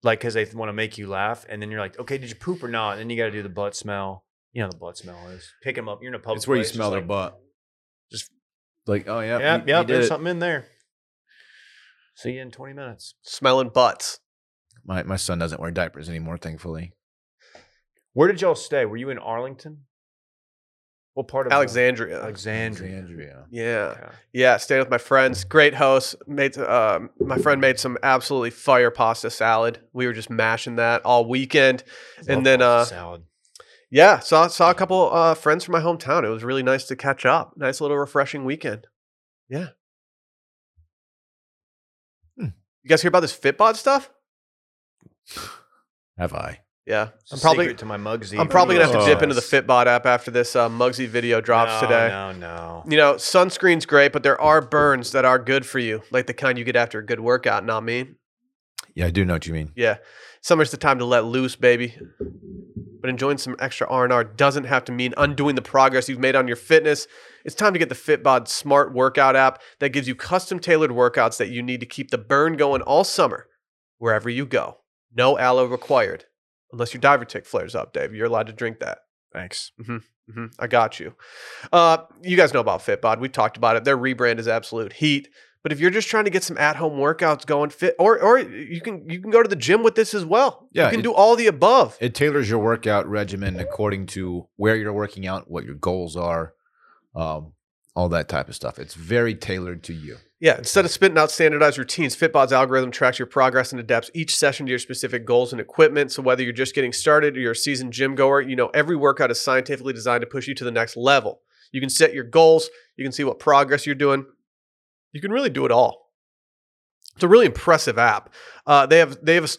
S2: like because they want to make you laugh, and then you're like, okay, did you poop or not? And then you got to do the butt smell. You know how the butt smell is. Pick them up. You're in a public.
S3: it's where you
S2: place, just
S3: smell their
S2: like,
S3: butt.
S2: just-
S3: like oh yeah,
S2: Yep, yep. There's something in there. See you in 20 minutes.
S1: Smelling butts.
S3: My my son doesn't wear diapers anymore, thankfully.
S2: Where did y'all stay? Were you in Arlington? What part of uh,
S1: Alexandria.
S2: Alexandria.
S3: Andrea.
S1: Yeah.
S2: Okay.
S1: Yeah, stayed with my friends. Great host. Made um, my friend made some absolutely fire pasta salad. We were just mashing that all weekend.
S2: Love
S1: And then,
S2: pasta
S1: uh,
S2: salad.
S1: Yeah, saw saw a couple uh, friends from my hometown. It was really nice to catch up. Nice little refreshing weekend. Yeah.
S3: Hmm.
S1: You guys hear about this Fitbod stuff?
S3: Have I?
S1: Yeah,
S2: It's
S1: I'm
S2: a
S1: probably
S2: secret to my Mugsy.
S1: I'm probably gonna have to
S3: Oh.
S1: dip into the Fitbod app after this uh, Mugsy video drops
S2: No,
S1: today.
S2: No, no.
S1: You know, sunscreen's great, but there are burns that are good for you, like the kind you get after a good workout. Not me.
S3: Yeah, I do know what you mean.
S1: Yeah, summer's the time to let loose, baby. But enjoying some extra R and R doesn't have to mean undoing the progress you've made on your fitness. It's time to get the Fitbod Smart Workout app that gives you custom tailored workouts that you need to keep the burn going all summer, wherever you go. No aloe required, unless your divertick flares up, Dave. You're allowed to drink that.
S2: Thanks.
S1: hmm I got you. Uh, you guys know about Fitbod. We've talked about it. Their rebrand is absolute heat. But if you're just trying to get some at-home workouts going, fit or or you can you can go to the gym with this as well.
S3: Yeah,
S1: you can
S3: it-
S1: do all the above.
S3: It tailors your workout regimen according to where you're working out, what your goals are, um, all that type of stuff. It's very tailored to you.
S1: Yeah, instead of spitting out standardized routines, Fitbod's algorithm tracks your progress and adapts each session to your specific goals and equipment. So whether you're just getting started or you're a seasoned gym goer, you know every workout is scientifically designed to push you to the next level. You can set your goals, you can see what progress you're doing, You can really do it all. It's a really impressive app. Uh, they have they have a, s-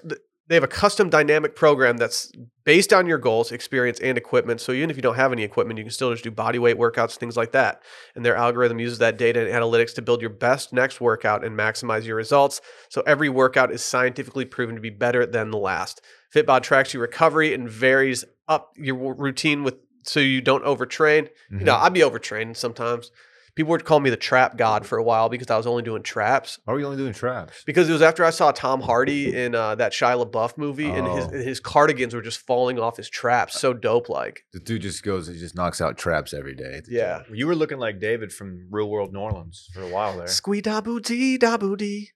S1: they have a custom dynamic program that's based on your goals, experience, and equipment. So even if you don't have any equipment, you can still just do body weight workouts, things like that. And their algorithm uses that data and analytics to build your best next workout and maximize your results. So every workout is scientifically proven to be better than the last. Fitbod tracks your recovery and varies up your w- routine with so you don't overtrain. You know,
S3: Mhm.
S1: I'd be overtraining sometimes. People would call me the trap god for a while because I was only doing traps.
S3: Why are we only doing traps?
S1: Because it was after I saw Tom Hardy in uh, that Shia LaBeouf movie, and his
S3: Oh.
S1: and his cardigans were just falling off his traps, so dope like.
S3: The dude just goes, he just knocks out traps every day. at the
S1: Yeah.
S3: gym.
S2: You were looking like David from Real World New Orleans for a while there.
S1: Squee da boo dee da boo dee.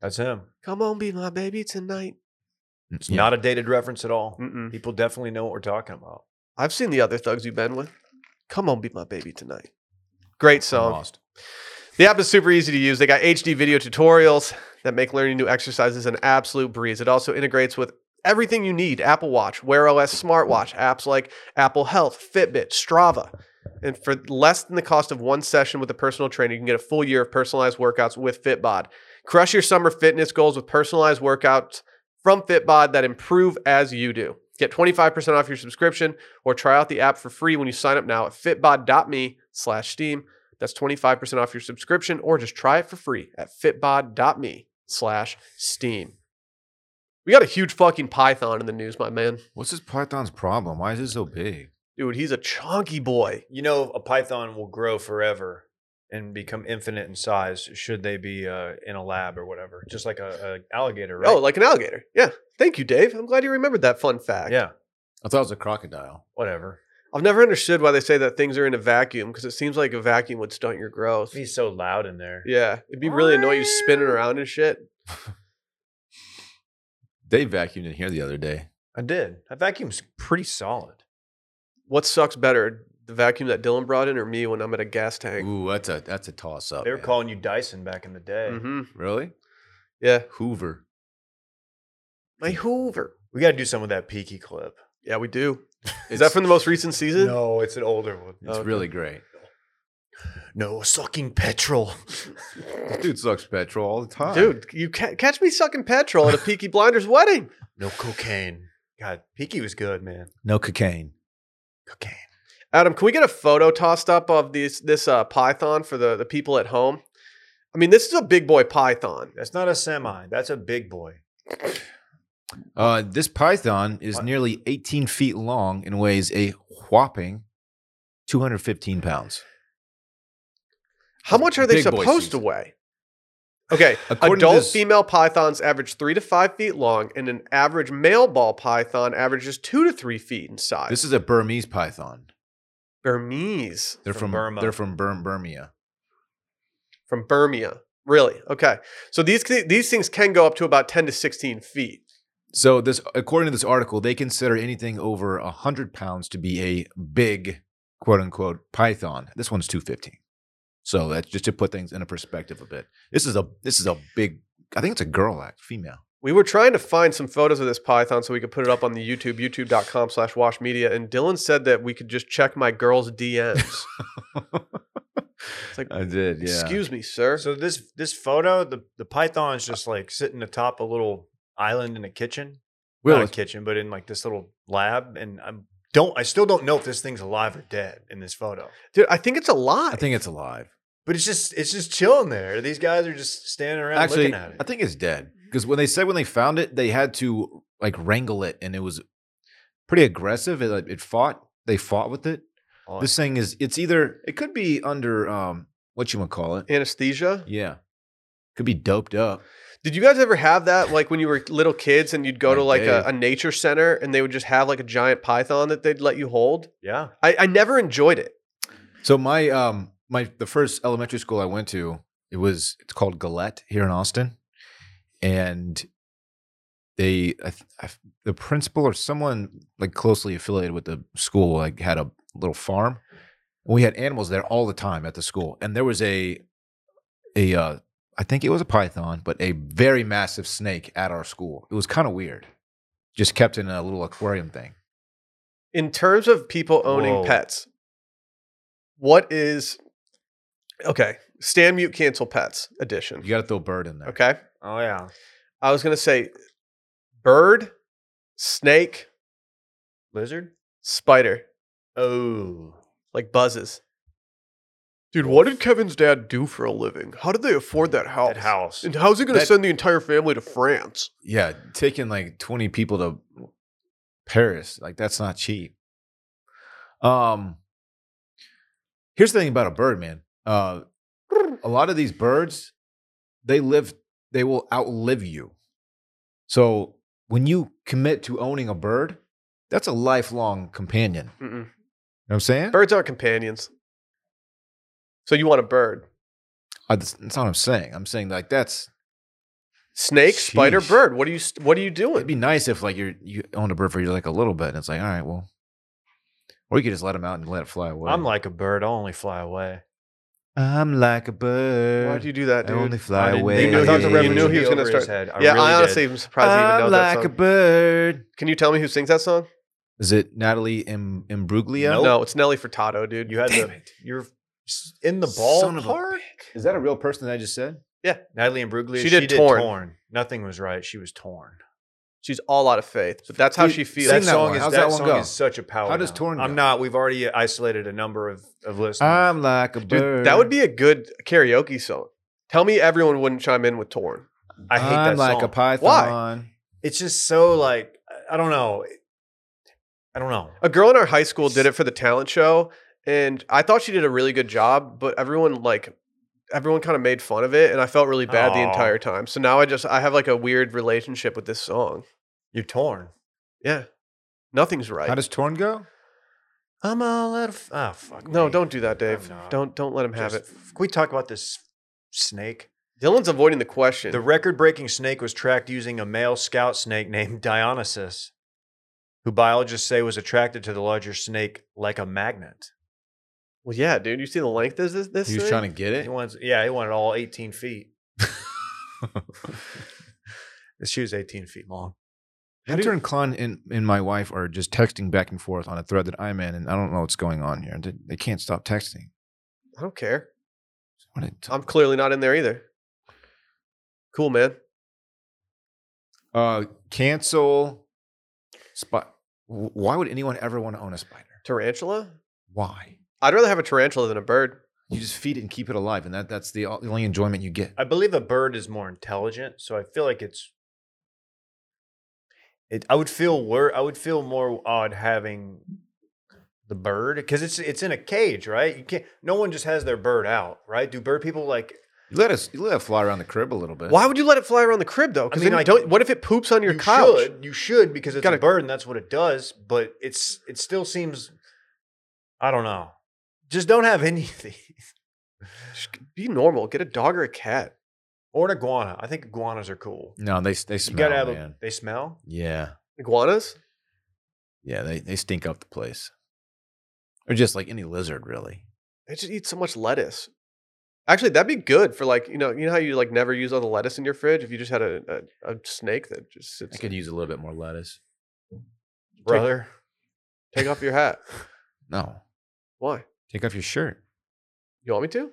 S2: That's him.
S1: Come on, be my baby tonight.
S2: It's not a dated reference at all.
S1: Mm-mm.
S2: People definitely know what we're talking about.
S1: I've seen the other thugs you've been with. Come on, be my baby tonight. Great song.
S3: lost.
S1: The app is super easy to use. They got HD video tutorials that make learning new exercises an absolute breeze. It also integrates with everything you need Apple Watch, Wear OS smartwatch, apps like Apple Health, Fitbit, Strava. And for less than the cost of one session with a personal trainer, you can get a full year of personalized workouts with Fitbod. Crush your summer fitness goals with personalized workouts from Fitbod that improve as you do. Get 25% off your subscription or try out the app for free when you sign up now at fitbod.me slash steam. That's 25% off your subscription or just try it for free at fitbod.me slash steam. We got a huge fucking python in the news, my man.
S3: What's this python's problem? Why is it so big?
S1: Dude, he's a chunky boy.
S2: You know, a python will grow forever and become infinite in size should they be uh, in a lab or whatever, just like a, a alligator, right?
S1: Oh, like an alligator. Yeah. Thank you, Dave. I'm glad you remembered that fun fact.
S2: yeah,
S3: I thought it was a crocodile.
S2: whatever.
S1: I've never understood why they say that things are in a vacuum because it seems like a vacuum would stunt your growth.
S2: He's so loud in there.
S1: Yeah. It'd be really annoying you spinning around and shit.
S3: They vacuumed in here the other day.
S2: I did. That vacuum's pretty solid.
S1: What sucks better, the vacuum that Dylan brought in or me when I'm at a gas tank?
S3: Ooh, that's a that's a toss
S1: Oh,
S3: up.
S2: They were calling you Dyson back in the day.
S1: hmm
S3: really
S1: Yeah.
S3: Hoover.
S1: My Hoover.
S2: We got to do some of that peaky clip.
S1: Yeah, we do. Is
S3: It's-
S1: that from the most recent season?
S2: No, it's an older one.
S3: It's
S1: Okay.
S3: really great.
S2: No sucking petrol.
S3: This dude sucks petrol all the time,
S1: Dude, you ca- catch me sucking petrol at a Peaky Blinders wedding.
S2: no cocaine. God, peaky was good, man.
S3: No cocaine.
S2: Cocaine.
S1: Adam, can we get a photo tossed up of this this uh, python for the the people at home? I mean, this is a big boy python.
S2: That's not a semi. That's a big boy.
S3: Uh, this python is
S2: What?
S3: nearly 18 feet long and weighs a whopping 215 pounds.
S1: How much are they
S3: Big boy
S1: supposed to
S3: season.
S1: weigh? Okay,
S3: According to
S1: adult
S3: this-
S1: female pythons average three to five feet long, and an average male ball python averages two to three feet in size.
S3: This is a Burmese python.
S1: Burmese
S3: They're
S2: From
S3: from,
S2: Burma.
S3: They're from Burm- Burmia.
S1: from Burmia. Really? Okay. So these these things can go up to about ten to sixteen feet.
S3: So this, according to this article, they consider anything over 100 pounds to be a big, quote unquote, python. This one's 215. So that's just to put things into perspective a bit. This is a this is a big. I think it's a girl act, female.
S1: We were trying to find some photos of this python so we could put it up on the YouTube, youtube.com slash wash media. And Dylan said that we could just check my girl's DMs. It's like,
S3: I did.
S1: excuse me, sir.
S2: So this this photo, the the python's just like sitting atop a little island in a kitchen.
S3: Will,
S2: not a kitchen, but in like this little lab. And I don't. I still don't know if this thing's alive or dead in this photo.
S1: Dude, I think it's a lie.
S3: I think it's alive.
S2: But it's just it's just chilling there. These guys are just standing around
S3: Actually,
S2: looking at it.
S3: I think it's dead because when they said when they found it, they had to like wrangle it, and it was pretty aggressive. It like, it fought. They fought with it.
S2: Oh,
S3: This thing is. It's either. It could be under um what you want to call it.
S1: Anesthesia.
S3: Yeah, could be doped up.
S1: Did you guys ever have that? Like when you were little kids and you'd go
S3: I
S1: to like a,
S3: did.
S1: a nature center and they would just have like a giant python that they'd let you hold?
S2: yeah.
S1: I, I never enjoyed it.
S3: So my um my the first elementary school I went to it was it's called Gillette here in Austin, and they I, th- I, the principal or someone like closely affiliated with the school like had a little farm. We had animals there all the time at the school, and there was a a uh, I think it was a python, but a very massive snake at our school. It was kind of weird, just kept in a little aquarium thing.
S1: in terms of people owning
S2: Whoa.
S1: pets, what is okay? Stand mute cancel pets edition.
S3: You got to throw bird in there.
S1: Okay.
S2: Oh yeah.
S1: I was gonna say bird, snake,
S2: Lizard?
S1: spider,
S2: Oh.
S1: like buzzes. Dude, what did Kevin's dad do for a living? How did they afford that house?
S2: That
S3: Oh,
S2: house.
S1: And how's he gonna
S3: That-
S1: send the entire family to France?
S3: Yeah, taking like 20 people to Paris, like that's not cheap. Um Here's the thing about a bird, man. Uh a lot of these birds they live they will outlive you. So when you commit to owning a bird, that's a lifelong companion. You
S1: Mm-mm.
S3: know what I'm saying?
S1: Birds aren't companions. So you want a bird.
S3: Uh, that's, that's not what I'm saying. I'm saying like that's
S1: Snake, spider,
S3: Sheesh.
S1: bird. What are you st- what are you doing?
S3: It'd be nice if like you're you owned a bird for you like a little bit, and it's like, all right, well, or you could just let them out and let it fly away.
S2: I'm like a bird. I only fly away.
S3: I'm like a bird.
S1: Why'd you do that,
S3: I
S1: dude?
S3: only fly
S2: I didn't-
S3: away.
S1: You knew
S2: I
S1: he
S2: thought
S1: was-
S2: the
S1: you
S2: reference
S1: knew
S2: would
S1: he
S2: be
S1: was gonna
S2: over his
S1: start-
S2: head. I
S1: yeah,
S2: really
S1: I
S2: did.
S1: honestly am surprised you
S3: I'm
S1: even know
S3: like
S1: that
S3: a
S1: song.
S3: bird.
S1: Can you tell me who sings that song?
S3: Is it Natalie Im- Imbruglia?
S2: Nope.
S1: No, it's Nelly Furtado, dude.
S2: You had
S3: Damn
S2: the you're s- in the ball
S3: Son of a
S2: park.
S3: Is that a real person that I just said?
S2: Natalie and Bruglia.
S1: She did Torn.
S2: Nothing was right. She was torn.
S1: She's all out of faith, but that's how
S3: Dude,
S1: she
S3: Sing
S1: feels.
S3: that one.
S2: is
S3: How's that one
S2: song
S3: go?
S2: is such a power.
S3: How does
S2: now.
S3: Torn go?
S2: I'm not. We've already isolated a number of of listeners.
S3: I'm like a bird.
S1: Dude, that would be a good karaoke song. Tell me everyone wouldn't chime in with Torn.
S2: I hate
S3: am
S2: that
S3: like
S2: song.
S3: a python.
S2: it's just so like I don't know. I don't know.
S1: A girl in our high school did it for the talent show, and I thought she did a really good job, but everyone like everyone kind of made fun of it, and I felt really bad the
S2: Aw.
S1: entire time. So now I just I have like a weird relationship with this song.
S2: You're torn.
S1: Yeah, nothing's right.
S3: How does Torn go?
S2: I'm all out of. Oh fuck.
S1: no,
S2: me.
S1: don't do that, Dave.
S2: I'm not.
S1: Don't don't let him have
S2: Just-
S1: it.
S2: Can we talk about this snake?
S1: Dylan's avoiding the question.
S2: The record breaking snake was tracked using a male scout snake named Dionysus, who biologists say was attracted to the larger snake like a magnet.
S1: well, yeah, dude, you see the length of this. this
S3: He was
S1: thing?
S3: trying to get
S2: He
S3: it.
S2: wants, yeah, he wanted all 18 feet. This shoe's 18 feet long.
S3: Hunter and Klein and, and my wife are just texting back and forth on a thread that I'm in, and I don't know what's going on here. They- They can't stop texting.
S1: I don't care.
S3: What it-
S1: I'm clearly not in there either. Cool, man.
S3: Uh, cancel. Spot. Why would anyone ever want to own a spider?
S1: Tarantula?
S3: Why?
S1: I'd rather have a tarantula than a bird.
S3: You just feed it and keep it alive, and that, that's the, o- the only enjoyment you get.
S2: I believe a bird is more intelligent, so I feel like it's. It, I would feel wor- I would feel more odd having the bird because it's it's in a cage, right? You can't. No one just has their bird out, right? Do bird people like
S3: You let us you let it fly around the crib a little bit.
S1: Why would you let it fly around the crib though?
S2: I
S1: Because
S2: mean,
S1: then you
S2: like,
S1: don't, what if it poops on your
S2: you
S1: couch?
S2: should you should because it's
S1: Gotta-
S2: a bird and that's what it does but it's it still seems i don't know just don't have anything
S1: Just be normal. Get a dog or a cat.
S2: or an iguana i think iguanas are cool
S3: No, they they
S2: you
S3: smell.
S2: gotta have a,
S3: man.
S2: they smell
S3: yeah,
S1: Iguanas?
S3: yeah, they they stink up the place, or just like any lizard, really.
S1: They just eat so much lettuce. Actually, that'd be good for like, you know, you know how you like never use all the lettuce in your fridge? If you just had a, a, a snake that just
S3: I
S1: sits
S3: could use a little bit more lettuce.
S2: brother
S1: take off your hat.
S3: No,
S1: Why?
S3: take off your shirt.
S1: You want me to?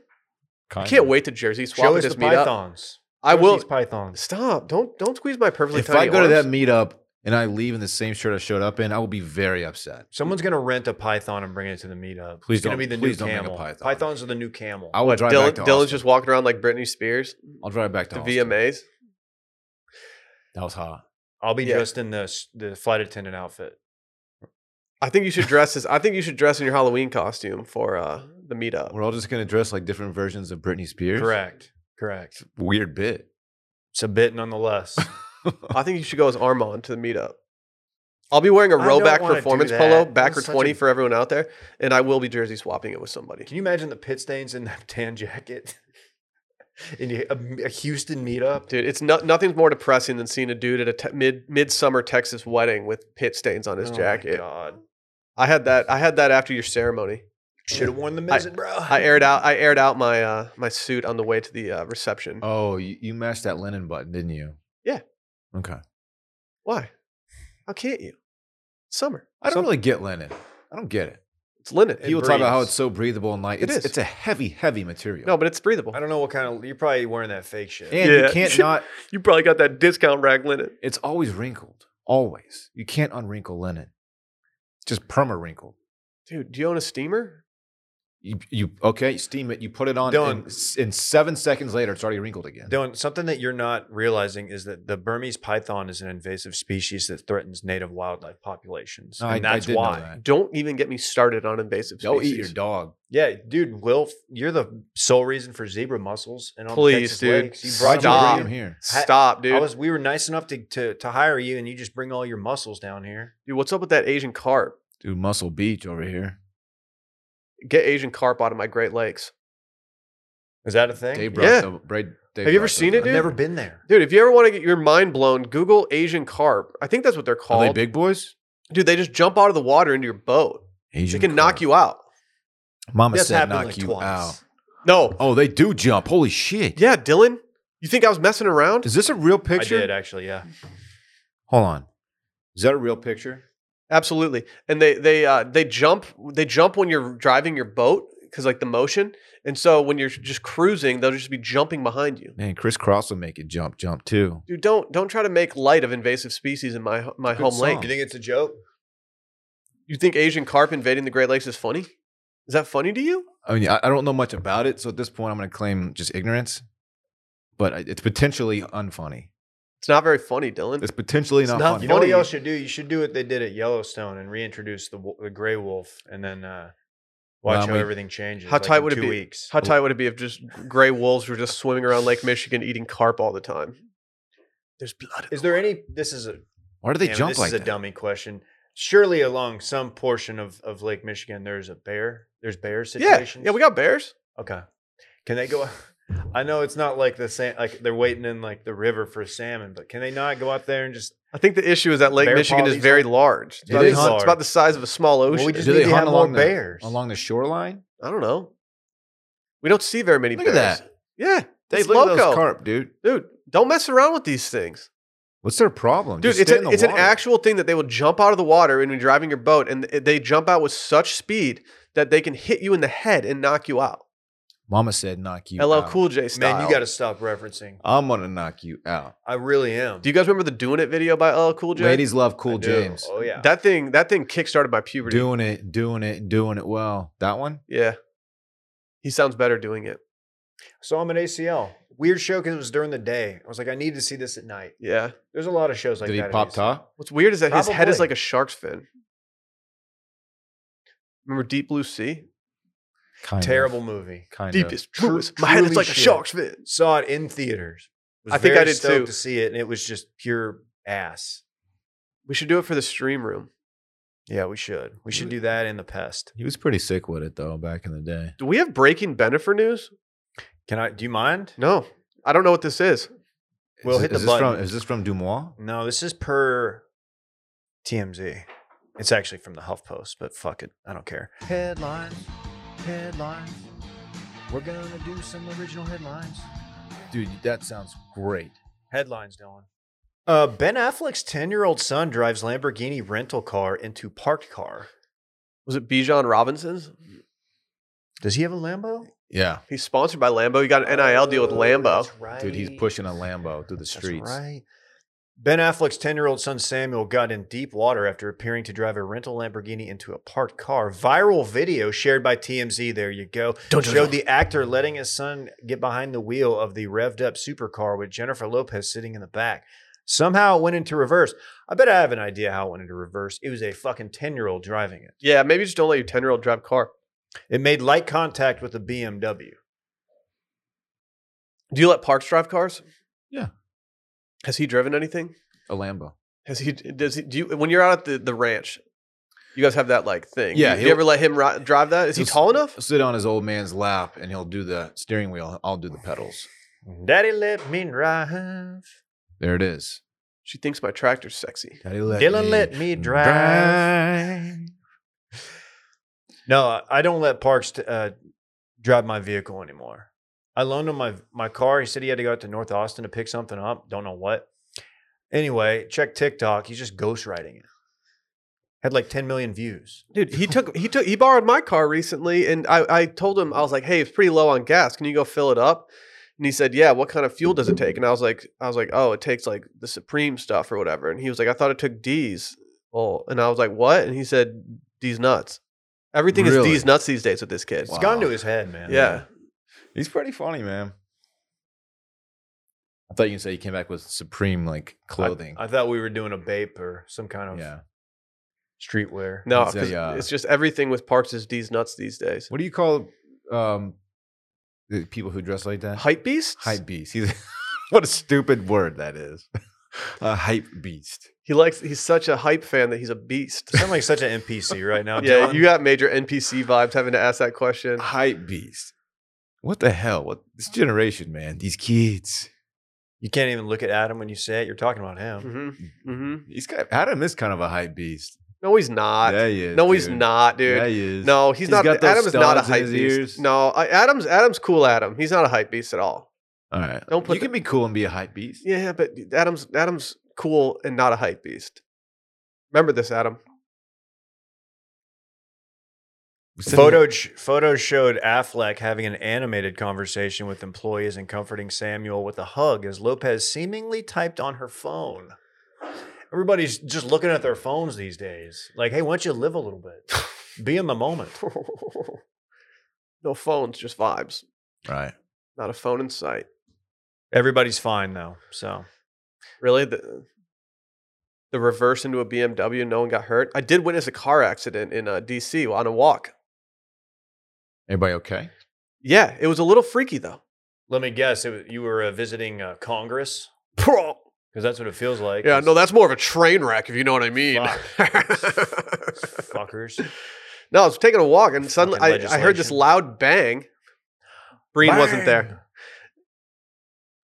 S1: I
S3: Kinda.
S1: can't wait to Jersey swap
S2: show
S1: at
S2: us
S1: this
S2: the
S1: meetup.
S2: pythons
S1: I
S2: Show us
S1: will
S2: these pythons
S1: stop. Don't don't squeeze my perfectly
S3: If
S1: tiny
S3: I go to
S1: arms.
S3: that meetup and I leave in the same shirt I showed up in, I will be very upset.
S2: someone's gonna rent a python and bring it to the meetup
S3: Please
S2: it's gonna
S3: don't-
S2: be the
S3: please
S2: new
S3: don't make a
S2: camel
S3: python.
S2: pythons are the new camel
S3: I will drive
S1: Dylan,
S3: back to
S1: Dylan's
S3: Austin.
S1: just walking around like Britney Spears,
S3: I'll drive back to
S1: the
S3: Austin.
S1: VMAs.
S3: That was hot.
S2: i'll be
S1: yeah.
S2: dressed in the s- the flight attendant outfit
S1: I think you should dress as I think you should dress in your Halloween costume for uh, the meetup.
S3: We're all just gonna dress like different versions of Britney Spears.
S2: correct correct
S3: Weird bit.
S2: it's a bit nonetheless
S1: I think you should go as Armand to the meetup. I'll be wearing a
S2: I don't
S1: rowback
S2: wanna do
S1: performance
S2: that.
S1: polo, backer
S2: That's such a-
S1: twenty for everyone out there, and I will be jersey swapping it with somebody.
S2: Can you imagine the pit stains in that tan jacket in a, a Houston meetup?
S1: Dude, it's no, nothing's more depressing than seeing a dude at a te- mid midsummer Texas wedding with pit stains on his
S2: Oh my
S1: jacket.
S2: God,
S1: I had that. I had that after your ceremony.
S2: should have worn the
S1: I-
S2: mizzen, bro.
S1: I aired out. I aired out my uh, my suit on the way to the uh, reception.
S3: Oh, you, you mashed that linen button, didn't you?
S1: Yeah.
S3: Okay.
S1: Why? How can't you? It's summer.
S3: I don't really get linen. I don't get it.
S1: It's linen.
S2: It
S3: People talk about how
S2: breathes.
S3: it's so breathable and light.
S1: It
S3: It's,
S1: is.
S3: It's a heavy, heavy material.
S1: No, but it's breathable.
S2: I don't know what kind of. You're probably wearing that fake shit.
S3: and
S1: Yeah.
S3: you can't not.
S1: You probably got that discount rag linen.
S3: It's always wrinkled. Always. You can't unwrinkle linen. It's just perma wrinkled.
S1: Dude, do you own a steamer?
S3: You, you okay? You steam it. You put it on.
S2: Done.
S3: And, s- and seven seconds later, it's already wrinkled again.
S2: Dylan, something that you're not realizing is that the Burmese python is an invasive species that threatens native wildlife populations.
S3: No,
S2: and that's
S3: did know
S2: why.
S3: that.
S1: Don't even get me started on invasive species.
S3: Go eat your dog.
S2: Yeah, dude, Will, you're the sole reason for zebra mussels and all the
S1: Please,
S2: Texas
S1: dude,
S2: lakes. You
S1: Stop.
S2: brought your-
S3: Bring him here.
S1: Stop, dude.
S2: I was, we were nice enough to, to to hire you, and you just bring all your muscles down here.
S1: dude, what's up with that Asian carp?
S3: Dude, Muscle Beach over here.
S1: Get Asian carp out of my Great Lakes.
S2: Is that a thing?
S3: Dave
S1: brought Yeah.
S3: the- Brad- Dave
S1: Have you ever
S3: brought
S1: seen it,
S3: those
S2: I've
S3: up.
S1: dude?
S2: never been there.
S1: Dude, if you ever want to get your mind blown, Google Asian carp. I think that's what they're
S3: Are
S1: called.
S3: they big boys?
S1: Dude, they just jump out of the water into your boat.
S3: Asian
S1: they can knock you out.
S3: Mama
S2: That's
S3: said
S2: happened
S3: knock
S2: like
S3: you
S2: twice.
S3: out.
S1: No.
S3: Oh, they do jump. Holy shit.
S1: Yeah, Dylan. You think I was messing around?
S3: Is this a real
S2: I
S3: picture?
S2: did actually. Yeah.
S3: Hold on. Is that a real picture?
S1: Absolutely. And they they uh, they jump they jump when you're driving your boat because like the motion. And so when you're just cruising, they'll just be jumping behind you.
S3: Man, Chris Cross will make it jump, jump too.
S1: Dude, don't don't try to make light of invasive species in my my
S3: Good
S1: home
S3: song.
S1: lake.
S2: You think it's a joke?
S1: You think Asian carp invading the Great Lakes is funny? Is that funny to you?
S3: I mean, I, I don't know much about it, so at this point, I'm going to claim just ignorance. But I- it's potentially unfunny.
S1: It's not very funny, Dylan.
S3: It's potentially
S1: It's
S3: not,
S1: not
S3: funny.
S2: You know what
S1: Funny.
S2: y'all should do? You should do what they did at Yellowstone and reintroduce the, wo- the gray wolf, and then uh, watch
S3: Well,
S2: how
S3: we-
S2: everything changes.
S1: How
S2: like,
S1: tight
S2: in
S1: would it
S2: two
S1: be?
S2: Weeks.
S1: How tight would it be if just gray wolves were just swimming around Lake Michigan eating carp all the time? There's blood. in
S2: Is
S1: the
S2: there
S1: water.
S2: any? This is a
S3: Why do they
S2: damn,
S3: jump
S2: this
S3: like
S2: is a
S3: that?
S2: dummy question. Surely, along some portion of, of Lake Michigan, there's a bear. There's bear situations.
S1: Yeah, yeah, we got bears.
S2: Okay. Can they go? I know it's not like the same. Like they're waiting in like the river for salmon, but can they not go out there and just?
S1: I think the issue is that Lake
S2: Bear
S1: Michigan is
S2: policies
S1: very large. It's,
S3: It
S1: about,
S3: is
S1: the- it's
S2: large.
S1: about the size of a small
S2: Well,
S1: ocean.
S2: we just
S3: Do
S2: need
S3: they
S2: to
S3: hunt
S2: have more
S3: along the-
S2: bears.
S3: Along the shoreline?
S1: I don't know. We don't see very many
S3: Look at
S1: bears.
S3: that.
S1: Yeah.
S3: They
S1: it's
S3: look at those
S1: loco.
S3: carp, dude.
S1: Dude, don't mess around with these things.
S3: What's their problem?
S1: Dude,
S3: Just
S1: it's,
S3: stay
S1: an-
S3: in the
S1: it's an
S3: water.
S1: actual thing that they will jump out of the water when you're driving your boat, and th- they jump out with such speed that they can hit you in the head and knock you out.
S3: Mama said knock you
S1: LL
S3: out.
S1: Cool J style.
S2: Man, you got to stop referencing.
S3: I'm going to knock you out.
S2: I really am.
S1: Do you guys remember the "Doing It" video by LL Cool J?
S3: Ladies love
S2: I
S3: Cool
S2: do.
S3: James.
S2: Oh yeah.
S1: That thing, that thing kickstarted my puberty.
S3: Doing it, doing it, doing it well. That one?
S1: yeah, he sounds better doing it.
S2: Saw him at ACL. Weird show because it was during the day. I was like, I need to see this at night.
S1: Yeah.
S2: There's a lot of shows like
S3: Did
S2: that.
S3: he
S2: at
S3: pop
S2: ACL.
S3: top?
S1: What's weird is that his head is
S2: Probably.
S1: like a shark's fin. Remember Deep Blue Sea?
S3: Kind
S2: Terrible movie.
S3: Of, kind of.
S1: Deepest,
S2: True-
S1: truest. My head is
S2: truly
S1: like a
S2: shit.
S1: shark's fin.
S2: Saw it in theaters. Was
S1: I think I
S2: very
S1: did
S2: stoked
S1: too.
S2: To see it, and it was just pure ass.
S1: We should do it for the stream room.
S2: Yeah, we should. We should do that in the pest.
S3: He was pretty sick with it though back in the day.
S1: Do we have breaking Benefer news?
S2: Can I? Do you mind?
S1: No, I don't know what this is.
S2: Well,
S3: is,
S2: hit the
S3: is this from-
S2: button.
S3: is this from Dumois?
S2: No, this is per TMZ. It's actually from the HuffPost, but fuck it, I don't care. Headlines, headlines. We're gonna do some original headlines.
S3: Dude, that sounds great.
S2: Headlines, Dylan. Uh, ben Affleck's ten-year-old son drives Lamborghini rental car into parked car.
S1: Was it Bijan Robinson's?
S2: Does he have a Lambo?
S3: Yeah.
S1: He's sponsored by Lambo. He got an NIL deal with
S2: Oh,
S1: Lambo.
S2: that's right.
S3: Dude, he's pushing a Lambo through the
S2: That's
S3: streets.
S2: right. Ben Affleck's 10 year old son Samuel got in deep water after appearing to drive a rental Lamborghini into a parked car. Viral video shared by TMZ, there you go,
S1: Don't you
S2: showed the actor letting his son get behind the wheel of the revved up supercar with Jennifer Lopez sitting in the back. Somehow it went into reverse. I bet I have an idea how it went into reverse. It was a fucking 10 year old driving it.
S1: Yeah, maybe just don't let your ten year old drive a car.
S2: It made light contact with a BMW.
S1: Do you let Parks drive cars?
S3: Yeah.
S1: Has he driven anything?
S3: A Lambo.
S1: Has he? Does he? Do you? When you're out at the, the ranch, you guys have that like thing.
S3: Yeah,
S1: Do you
S3: he'll-
S1: ever let him ri- drive that? Is he
S3: He'll
S1: tall
S3: s-
S1: enough?
S3: Sit on his old man's lap and he'll do the steering wheel. I'll do the pedals.
S2: Daddy let me drive.
S3: There it is.
S1: She thinks my tractor's sexy.
S3: Daddy let
S2: Dylan let me drive.
S3: drive.
S2: No, I don't let Parks t- uh, drive my vehicle anymore. I loaned him my my car. He said he had to go out to North Austin to pick something up. Don't know what. Anyway, check TikTok. He's just ghostwriting it. Had like 10 million views.
S1: Dude, he took he took he borrowed my car recently, and I I told him I was like, hey, it's pretty low on gas. Can you go fill it up? And he said, yeah. What kind of fuel does it take? And I was like, I was like, oh, it takes like the Supreme stuff or whatever. And he was like, I thought it took D's. Oh, and I was like, what? And he said, D's nuts. Everything
S3: Really?
S1: is D's nuts these days with this kid.
S2: It's
S3: Wow.
S2: gone to his head, man.
S1: Yeah.
S3: He's pretty funny, man. I thought you could say he came back with supreme like clothing.
S2: I, I thought we were doing a vape or some kind of
S3: yeah.
S2: streetwear.
S1: No,
S3: He's a,
S1: 'cause
S3: uh,
S1: it's just everything with Parks is D's nuts these days.
S3: What do you call um the people who dress like that?
S1: Hype beasts.
S3: Hype beast. He's what a stupid word that is. A hype beast.
S1: He likes. He's such a hype fan that he's a beast.
S2: You sound like such an NPC right now.
S1: yeah,
S2: Dylan.
S1: you got major NPC vibes having to ask that question.
S3: Hype beast. What the hell? What this generation, man? These kids.
S2: You can't even look at Adam when you say it. You're talking about him.
S3: mm.
S1: hmm hmm
S3: He's kind of, Adam is kind of a hype beast.
S1: No, he's not.
S3: yeah, he is.
S1: no, he's
S3: dude.
S1: not, dude.
S3: Yeah, he is.
S1: No, he's,
S3: He's
S1: not.
S3: got those
S1: Adam's not a
S3: studs in
S1: hype
S3: his
S1: beast.
S3: ears.
S1: No, I, Adam's Adam's cool. Adam, he's not a hype beast at all.
S3: All right.
S1: Don't put
S3: you can be cool and be a hype beast.
S1: Yeah, but Adam's Adam's cool and not a hype beast. Remember this, Adam.
S2: Photo photos showed Affleck having an animated conversation with employees and comforting Samuel with a hug as Lopez seemingly typed on her phone. Everybody's just looking at their phones these days. Like, hey, why don't you live a little bit? Be in the moment.
S1: no phones, just vibes.
S3: Right.
S1: Not a phone in sight.
S2: Everybody's fine though. So
S1: Really, the the reverse into a BMW. No one got hurt. I did witness a car accident in uh, DC on a walk.
S3: Everybody okay?
S1: Yeah, it was a little freaky though.
S2: let me guess, it was, you were uh, visiting uh, Congress because that's what it feels like.
S1: Yeah,
S2: is
S1: no, that's more of a train wreck if you know what I mean.
S2: fuckers.
S1: No, I was taking a walk and suddenly I,
S2: Fucking
S1: I heard this
S2: legislation.
S1: loud bang. Breen wasn't there.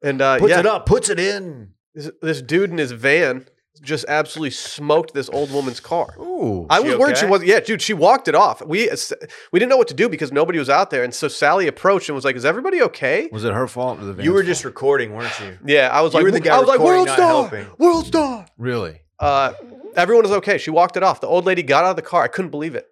S1: And uh,
S2: Bang! Puts
S1: yeah,
S2: it up. Puts it in.
S1: This, this dude in his van just absolutely smoked this old woman's car.
S3: Ooh.
S1: I was
S2: She
S1: worried she
S2: okay?
S1: wasn't. Yeah, dude, she walked it off. We we didn't know what to do because nobody was out there, and so Sally approached and was like, "Is everybody okay?"
S3: was it her fault or the van's
S2: You were
S3: fault?
S2: just recording, weren't you?
S1: Yeah, I was
S2: You
S1: like,
S2: were the guy
S1: I was like,
S2: recording,
S1: "World
S2: not
S1: star,
S2: helping."
S1: world star."
S3: really.
S1: Uh, everyone was okay. She walked it off. The old lady got out of the car. I couldn't believe it.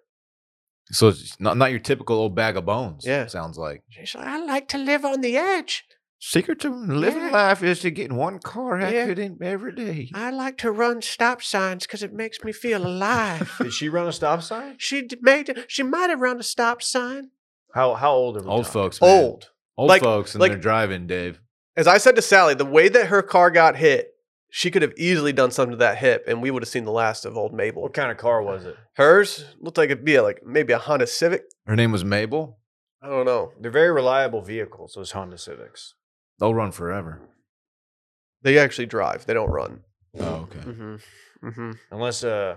S3: So it's not not your typical old bag of bones.
S1: Yeah.
S3: sounds like
S1: She's like, "I like to live on the edge.
S3: secret to living
S1: Yeah.
S3: life is to get in one car
S1: Yeah.
S3: accident every day.
S1: I like to run stop signs because it makes me feel alive."
S2: Did she run a stop sign?
S1: she d- made. She might have run a stop sign.
S2: How how old are we?
S3: Old
S2: talking?
S3: folks, man.
S1: Old.
S3: old
S1: Like-
S3: folks, and
S1: like-
S3: they're driving, Dave.
S1: as I said to Sally, the way that her car got hit, she could have easily done something to that hip, and we would have seen the last of old Mabel.
S2: What kind of car was it?
S1: Hers looked like it'd be a, like maybe a Honda Civic.
S3: Her name was Mabel.
S1: I don't know.
S2: They're very reliable vehicles. Those Honda Civics.
S3: They'll run forever.
S1: They actually drive. They don't run.
S3: Oh, okay.
S1: Mm-hmm. Mm-hmm.
S2: Unless uh.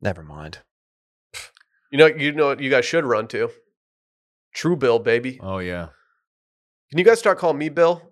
S2: Never mind.
S1: You know, you know, what you guys should run to. True Bill, baby.
S3: Oh yeah.
S1: Can you guys start calling me Bill?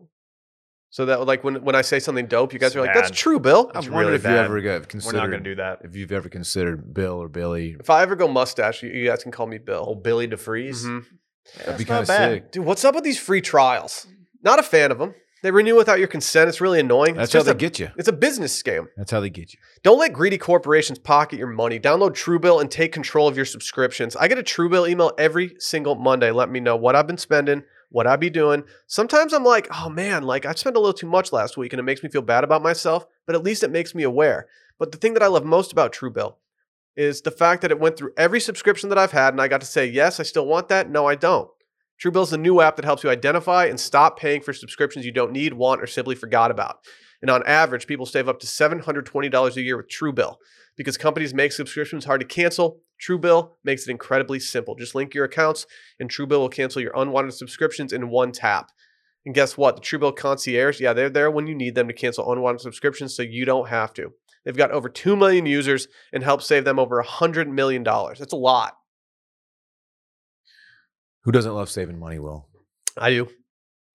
S1: So that like when when I say something dope, you guys
S2: It's
S1: are like,
S2: bad. Uh,
S1: "That's True Bill."
S3: I
S2: It's
S3: wondered
S2: really
S3: if you
S2: bad.
S3: ever got
S2: We're
S3: considered.
S2: not going to do that.
S3: If you've ever considered Bill or Billy,
S1: If I ever go mustache, you, you guys can call me Bill.
S2: Old Billy DeFreeze.
S1: Mhm.
S3: Mm-hmm. that'd be
S2: That's not
S3: kind of
S2: bad.
S3: sick.
S1: Dude, what's up with these free trials? Not a fan of them. They renew without your consent. It's really annoying.
S3: That's
S1: it's
S3: how
S1: just
S3: they
S1: a
S3: get you.
S1: It's a business scam.
S3: That's how they get you.
S1: Don't let greedy corporations pocket your money. Download Truebill and take control of your subscriptions. I get a Truebill email every single Monday. Let me know what I've been spending, what I be doing. Sometimes I'm like, oh man, like I spent a little too much last week and it makes me feel bad about myself, but at least it makes me aware. But the thing that I love most about Truebill is the fact that it went through every subscription that I've had and I got to say, yes, I still want that. No, I don't. Truebill is the new app that helps you identify and stop paying for subscriptions you don't need, want, or simply forgot about. And on average, people save up to $720 a year with Truebill. Because companies make subscriptions hard to cancel, Truebill makes it incredibly simple. Just link your accounts, and Truebill will cancel your unwanted subscriptions in one tap. And guess what? The Truebill concierge, yeah, they're there when you need them to cancel unwanted subscriptions so you don't have to. They've got over 2 million users and help save them over $100 million. That's a lot.
S3: Who doesn't love saving money? Will
S1: I do.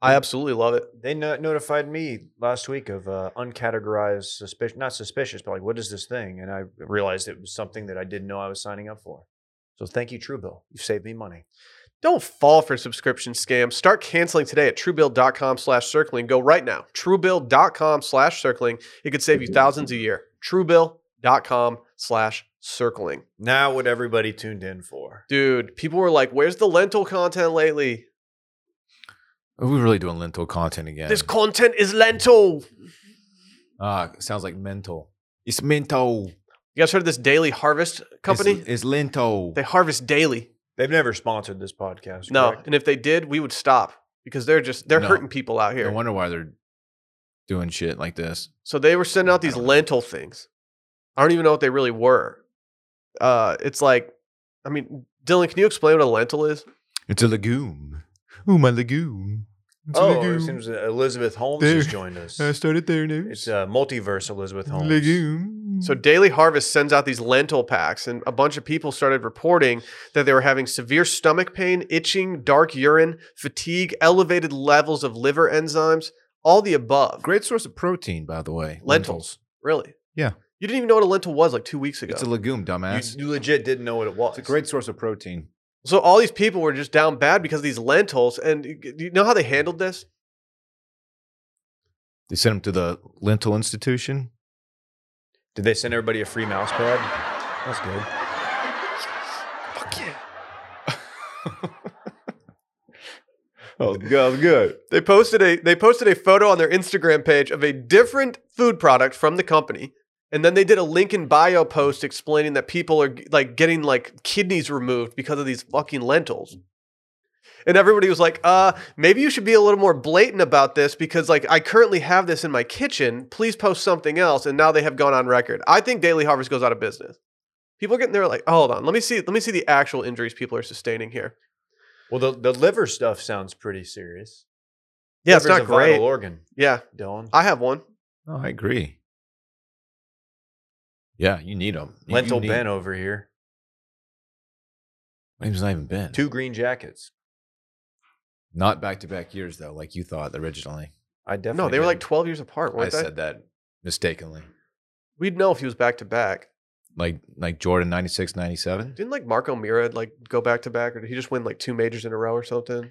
S1: I absolutely love it.
S2: They no- notified me last week of uh, uncategorized suspicious, not suspicious, but like, what is this thing? And I realized it was something that I didn't know I was signing up for. So thank you, Truebill. You saved me money.
S1: Don't fall for subscription scams. Start canceling today at truebill.com slash circling. Go right now. Truebill.com slash circling. It could save you thousands a year. Truebill, com slash circling.
S2: Now, what everybody tuned in for?
S1: Dude, people were like, where's the lentil content lately?
S3: Are we really doing lentil content again?
S1: This content is lentil.
S3: Ah, it sounds like mental. It's mental.
S1: You guys heard of this daily harvest company?
S3: It's, it's lentil.
S1: they harvest daily.
S2: They've never sponsored this podcast.
S1: No.
S2: correct?
S1: And if they did, we would stop because they're just, they're
S3: No.
S1: hurting people out here.
S3: No wonder why they're doing shit like this.
S1: So they were sending out
S3: I
S1: these
S3: don't know.
S1: lentil things. I don't even know what they really were. Uh, it's like, I mean, Dylan, can you explain what a lentil is?
S3: It's a legume. Ooh, my legume. It's
S2: Oh, it seems that Elizabeth Holmes has
S3: There.
S2: joined us.
S3: started there now.
S2: It's a multiverse, Elizabeth Holmes.
S3: legume.
S1: So Daily Harvest sends out these lentil packs, and a bunch of people started reporting that they were having severe stomach pain, itching, dark urine, fatigue, elevated levels of liver enzymes, all the above.
S3: great source of protein, by the way.
S1: Lentils. Really?
S3: Yeah.
S1: You didn't even know what a lentil was like two weeks ago.
S3: It's a legume,
S2: You,
S3: dumbass.
S2: you legit didn't know what it was.
S3: It's a great source of protein.
S1: so all these people were just down bad because of these lentils, and you- you know how they handled this?
S3: They sent him to the lentil institution.
S2: Did they send everybody a free mouse pad? That's good.
S3: Oh, good. good.
S1: They posted a they posted a photo on their Instagram page of a different food product from the company, and then they did a link in bio post explaining that people are like getting like kidneys removed because of these fucking lentils. And everybody was like, "Uh, maybe you should be a little more blatant about this because like I currently have this in my kitchen. Please post something else." And now they have gone on record. I think Daily Harvest goes out of business. People are getting there like, "Hold on, let me see let me see the actual injuries people are sustaining here."
S2: Well, the, the liver stuff sounds pretty serious.
S1: Yeah, it's
S2: Liver's
S1: not
S2: a vital
S1: great.
S2: organ,
S1: Yeah,
S2: Dylan.
S1: I have one.
S3: No, I agree. Yeah, you need them.
S2: Lentil Ben over here.
S3: Name's not even Ben.
S2: Two green jackets.
S3: Not back to back years though, like you thought originally.
S2: I definitely.
S1: No, they were like
S2: didn't.
S1: 12 years apart,
S3: I
S1: weren't they?
S3: said that mistakenly.
S1: We'd know if he was back to back.
S3: Like like Jordan 96, 97.
S1: Didn't like Marco Mira like go back to back, or did he just win like two majors in a row or something?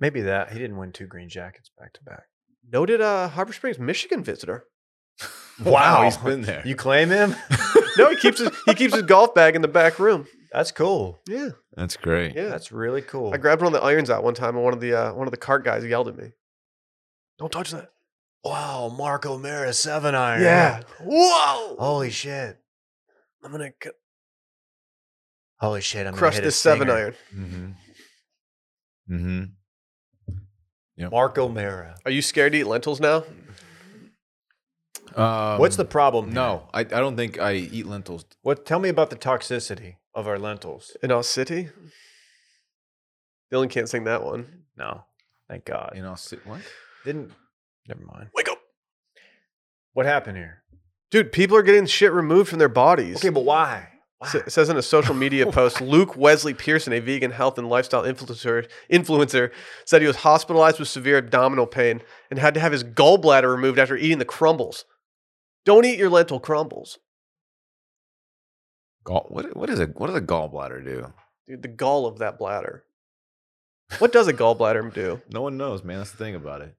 S2: Maybe that. He didn't win two green jackets back to back.
S1: Noted uh, Harbor Springs, Michigan visitor.
S2: Wow.
S3: he's been there.
S2: You claim him?
S1: No, he keeps his he keeps his golf bag in the back room.
S2: That's cool.
S1: Yeah,
S3: That's great.
S1: yeah.
S2: That's really cool.
S1: I grabbed one of the irons out one time, and one of the uh, one of the cart guys yelled at me, "Don't touch that!"
S2: wow, Marco Mara seven iron.
S1: Yeah. Whoa!
S2: Holy shit.
S1: I'm gonna c-
S2: Holy shit. I'm gonna
S1: crush
S2: hit a
S1: this seven
S2: stinger.
S1: iron.
S3: Mm-hmm. Mm-hmm.
S2: Marco Mara.
S1: Are you scared to eat lentils now?
S3: Um,
S2: What's the problem? here?
S3: No, I, I don't think I eat lentils.
S2: What? Tell me about the toxicity of our lentils.
S1: In our city, Dylan can't sing that one.
S2: No. Thank God.
S3: You know, sit, what?
S2: Didn't. Never mind.
S1: Wake up,
S2: What happened here?
S1: dude! People are getting shit removed from their bodies.
S2: Okay, but why? Why?
S1: S- says in a social media post, Luke Wesley Pearson, a vegan health and lifestyle influencer, influencer, said he was hospitalized with severe abdominal pain and had to have his gallbladder removed after eating the crumbles. Don't eat your lentil crumbles.
S3: Gall, what what is a what does a gallbladder do?
S1: Dude, the gall of that bladder. What does a gallbladder do?
S3: No one knows, man. That's the thing about it.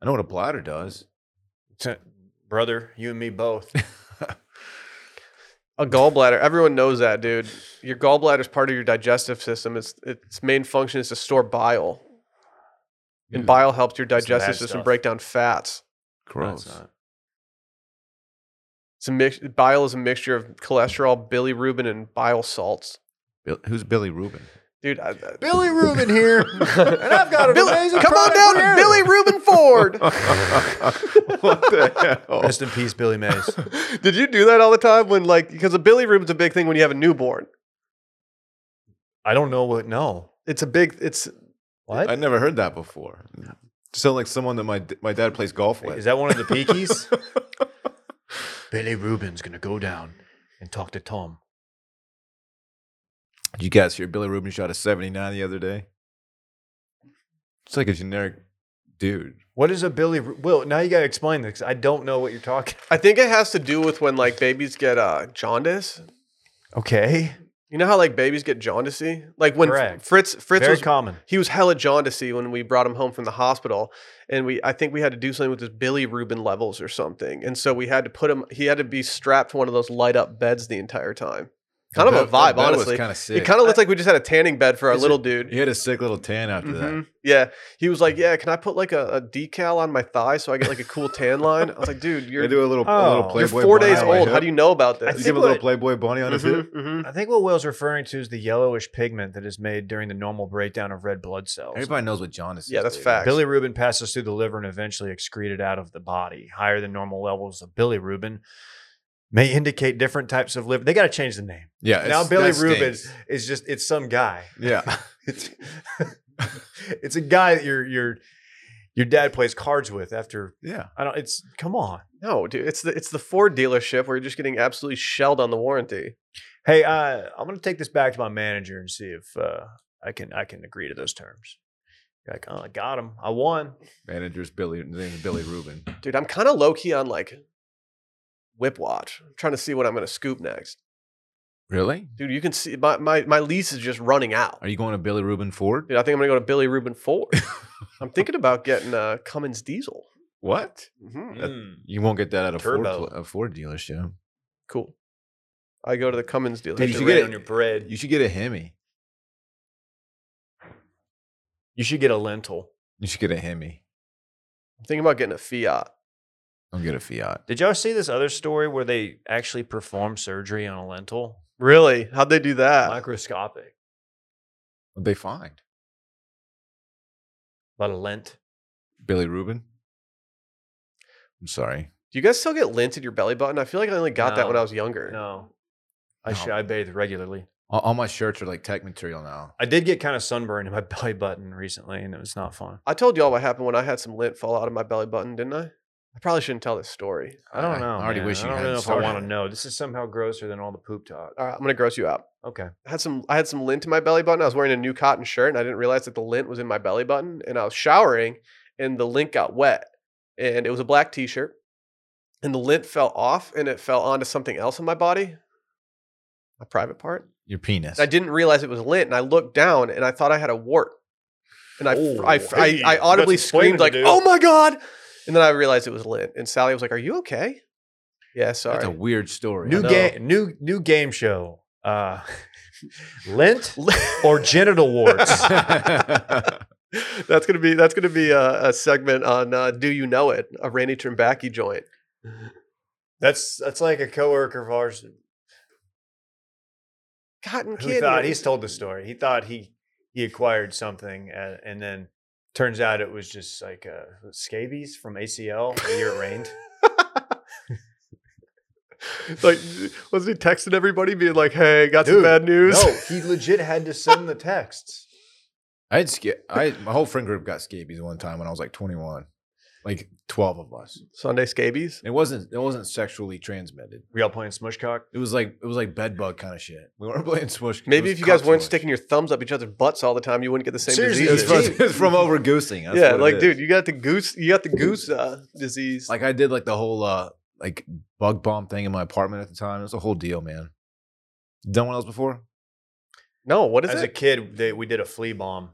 S3: I know what a bladder does.
S2: T- brother, you and me both.
S1: A gallbladder, everyone knows that, dude. Your gallbladder is part of your digestive system. It's its main function is to store bile. And
S3: Ew,
S1: bile helps your
S2: That's the bad
S1: digestive system
S2: stuff.
S1: break down fats.
S3: gross.
S2: That's not-
S1: It's a mix. Bile is a mixture of cholesterol, bilirubin, and bile salts.
S3: Bill- who's Billy Rubin?
S1: Dude, I, I,
S2: Billy Rubin here, and I've got an
S1: Billy-
S2: amazing
S1: come on
S2: product
S1: down
S2: for
S1: to
S2: you.
S1: Billy Rubin Ford.
S3: what the hell?
S2: Rest in peace, Billy Mays.
S1: Did you do that all the time when like because a Billy Rubin's a big thing when you have a newborn.
S2: I don't know what. No,
S1: It's a big. It's
S2: what
S3: I never heard that before. Sound like someone that my d- my dad plays golf with.
S2: is that? One of the peakies? Billy Rubin's gonna go down and talk to Tom.
S3: Did you guys hear Billy Rubin shot a 79 the other day? It's like a generic dude.
S2: What is a Billy? Ru- Will now you gotta explain this. 'cause I don't know what you're talking.
S1: I think it has to do with when like babies get uh jaundice
S2: Okay,
S1: You know how like babies get jaundicey? Like when F-
S2: Correct.
S1: Fritz Fritz
S2: Very
S1: was
S2: common.
S1: he was hella jaundicey when we brought him home from the hospital and we i think we had to do something with his bilirubin levels or something and so we had to put him he had to be strapped to one of those light up beds the entire time kind of a vibe honestly
S3: Kind of
S1: it
S3: sick.
S1: kind of looked like we just had a tanning bed for our
S3: Is
S1: little dude
S3: he had a sick little tan after that.
S1: Mhm. yeah he was like yeah can i put like a, a decal on my thigh so i get like a cool tan line i was like dude
S4: They
S1: you're,
S4: do a little, a little
S2: Oh.
S1: you're
S4: Playboy
S1: four
S4: bunny
S1: days
S4: on my
S1: old how
S4: hip.
S1: do you know about
S2: I
S1: this
S4: You
S2: think
S4: give a little
S2: what-
S4: Playboy bunny
S3: Mm-hmm.
S4: on his
S1: Mhm,
S4: hip.
S1: mhm.
S2: I think what Will's referring to is the yellowish pigment that is made during the normal breakdown of red blood cells.
S3: Everybody knows what John is.
S1: yeah that's facts
S2: Bilirubin passes through the liver and eventually excreted out of the body. Higher than normal levels of bilirubin may indicate different types of liver. They got to change the name.
S3: Yeah.
S2: now
S3: it's- that
S2: bilirubin
S3: stinks.
S2: is just it's some guy.
S3: Yeah.
S2: It's, it's a guy that your your your dad plays cards with after
S3: Yeah.
S2: I don't it's come on.
S1: no dude it's the it's the ford dealership where you're just getting absolutely shelled on the warranty
S2: Hey, uh, I'm gonna take this back to my manager and see if uh, I can I can agree to those terms. You're like, oh, I got him. I won.
S3: Manager's Billy. His name's Billy Rubin.
S1: Dude, I'm kind of low key on like whip watch. I'm trying to see what I'm going to scoop next.
S3: Really?
S1: Dude, you can see my, my, my lease is just running out.
S3: Are you going to Billy Rubin Ford?
S1: Dude, I think I'm going to go to Billy Rubin Ford. I'm thinking about getting uh, Cummins Diesel.
S3: What?
S1: Mhm.
S2: Mm.
S3: You won't get that at a
S2: Turbo.
S3: Ford pl- a Ford dealership.
S1: Cool. I go to the Cummins dealership.
S3: Dude, you
S2: Put
S3: should
S2: the
S3: get
S2: red
S3: it.
S2: on your bread.
S3: You should get a Hemi.
S2: You should get a lentil.
S3: You should get a Hemi.
S1: I'm thinking about getting a Fiat.
S3: Don't get a Fiat.
S2: Did y'all see this other story where they actually performed surgery on a lentil?
S1: Really? How'd they do that?
S2: Microscopic.
S3: What they find?
S2: A lot of lint.
S3: Billy Rubin. I'm sorry.
S1: do you guys still get lint in your belly button? I feel like I only got that when
S2: No.
S1: I was younger.
S2: No. I
S3: No.
S2: should I bathe regularly.
S3: All, all my shirts are like tech material now.
S2: I did get kind of sunburned in my belly button recently and it was not fun.
S1: I told y'all what happened when I had some lint fall out of my belly button, didn't I? I probably shouldn't tell this story.
S2: I don't
S3: I-
S2: know.
S3: I already
S2: man.
S3: wish you
S2: I don't
S3: hadn't
S2: know if
S3: started.
S2: I want to know. This is somehow grosser than all the poop talk.
S1: All right, I'm going to gross you out.
S2: Okay.
S1: I had some I had some lint in my belly button. I was wearing a new cotton shirt and I didn't realize that the lint was in my belly button and I was showering and the lint got wet and it was a black t-shirt and the lint fell off and it fell onto something else in my body. My private part.
S3: Your penis.
S1: I didn't realize it was lint and I looked down and I thought I had a wart. And I
S2: Oh,
S1: I,
S2: hey,
S1: I, I
S2: that's
S1: audibly screamed
S2: explaining,
S1: like,
S2: dude.
S1: "Oh my god." And then I realized it was lint and Sally was like, "Are you okay?" Yeah,
S3: That's
S1: sorry.
S3: a weird story.
S2: New
S1: know.
S2: game new new game show. Uh lint or genital warts.
S1: that's gonna be that's gonna be a, a segment on uh, do you know it a Randy Trimbacky joint.
S2: that's that's like a coworker of ours
S1: Cotton
S2: who
S1: kid.
S2: thought he's told the story. He thought he he acquired something, uh, and then turns out it was just like uh, scabies from ACL the year it rained.
S1: like was he texting everybody being like, "Hey, got some
S2: Dude,
S1: bad news."
S2: No, he legit had to send the texts.
S3: I had sca- I my whole friend group got scabies one time when I was like 21, like 12 of us.
S1: Sunday scabies.
S3: It wasn't it wasn't sexually transmitted.
S2: We all playing Smushcock.
S3: It was like it was like bed bug kind of shit. We weren't playing smush.
S1: Maybe if you guys weren't sticking your thumbs up each other's butts all the time, you wouldn't get the same
S2: Seriously,
S1: disease.
S3: it's from,
S2: Dude.
S3: it's from over goosing. That's
S1: yeah,
S3: what it
S1: like
S3: is.
S1: dude, you got the goose, you got the goose uh, disease.
S3: like I did like the whole uh like bug bomb thing in my apartment at the time. It was a whole deal, man. Done one else before?
S1: no, what is
S2: As a
S1: it?
S2: kid, they, we did a flea bomb